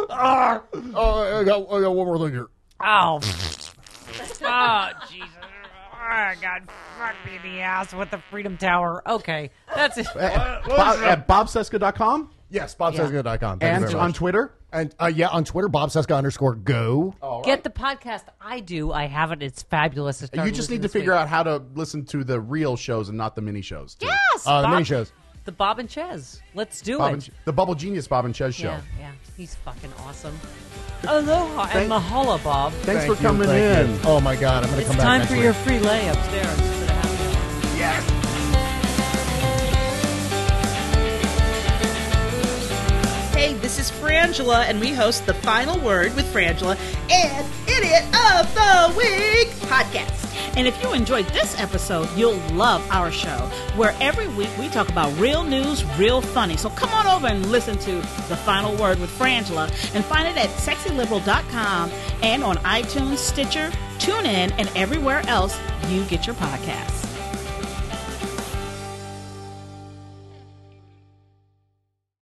Speaker 3: Ah.
Speaker 15: Uh, I, got, I got one more thing here.
Speaker 1: Oh. oh Jesus! Oh God, fuck me in the ass with the Freedom Tower. Okay, that's it.
Speaker 5: Bob, at bobseska.com?
Speaker 4: Yes, bobseska.com. Thank you
Speaker 5: And
Speaker 4: very
Speaker 5: on
Speaker 4: much.
Speaker 5: Twitter?
Speaker 4: And uh, yeah, on Twitter, Bob Seska underscore go.
Speaker 1: Get the podcast. I do. I have it. It's fabulous. It's
Speaker 5: You just need to figure out how to listen to the real shows and not the mini shows. too.
Speaker 1: Yes,
Speaker 5: Uh, the
Speaker 1: Bob-
Speaker 5: mini shows.
Speaker 1: The Bob and Ches. Let's do
Speaker 5: Bob
Speaker 1: it.
Speaker 5: and Ch- the Bubble Genius Bob and Ches show.
Speaker 1: Yeah, yeah. He's fucking awesome. Aloha and mahalo, Bob.
Speaker 5: Thanks for
Speaker 4: you,
Speaker 5: coming
Speaker 4: thank
Speaker 5: in.
Speaker 4: you. Oh my God, I'm going to
Speaker 1: It's
Speaker 4: come back.
Speaker 1: time
Speaker 4: next
Speaker 1: for
Speaker 4: week.
Speaker 1: your free lay upstairs. Yes.
Speaker 16: Hey, this is Frangela, and we host The Final Word with Frangela and Idiot of the Week podcast. And if you enjoyed this episode, you'll love our show, where every week we talk about real news, real funny. So come on over and listen to The Final Word with Frangela and find it at sexyliberal.com and on iTunes, Stitcher, TuneIn, and everywhere else you get your podcasts.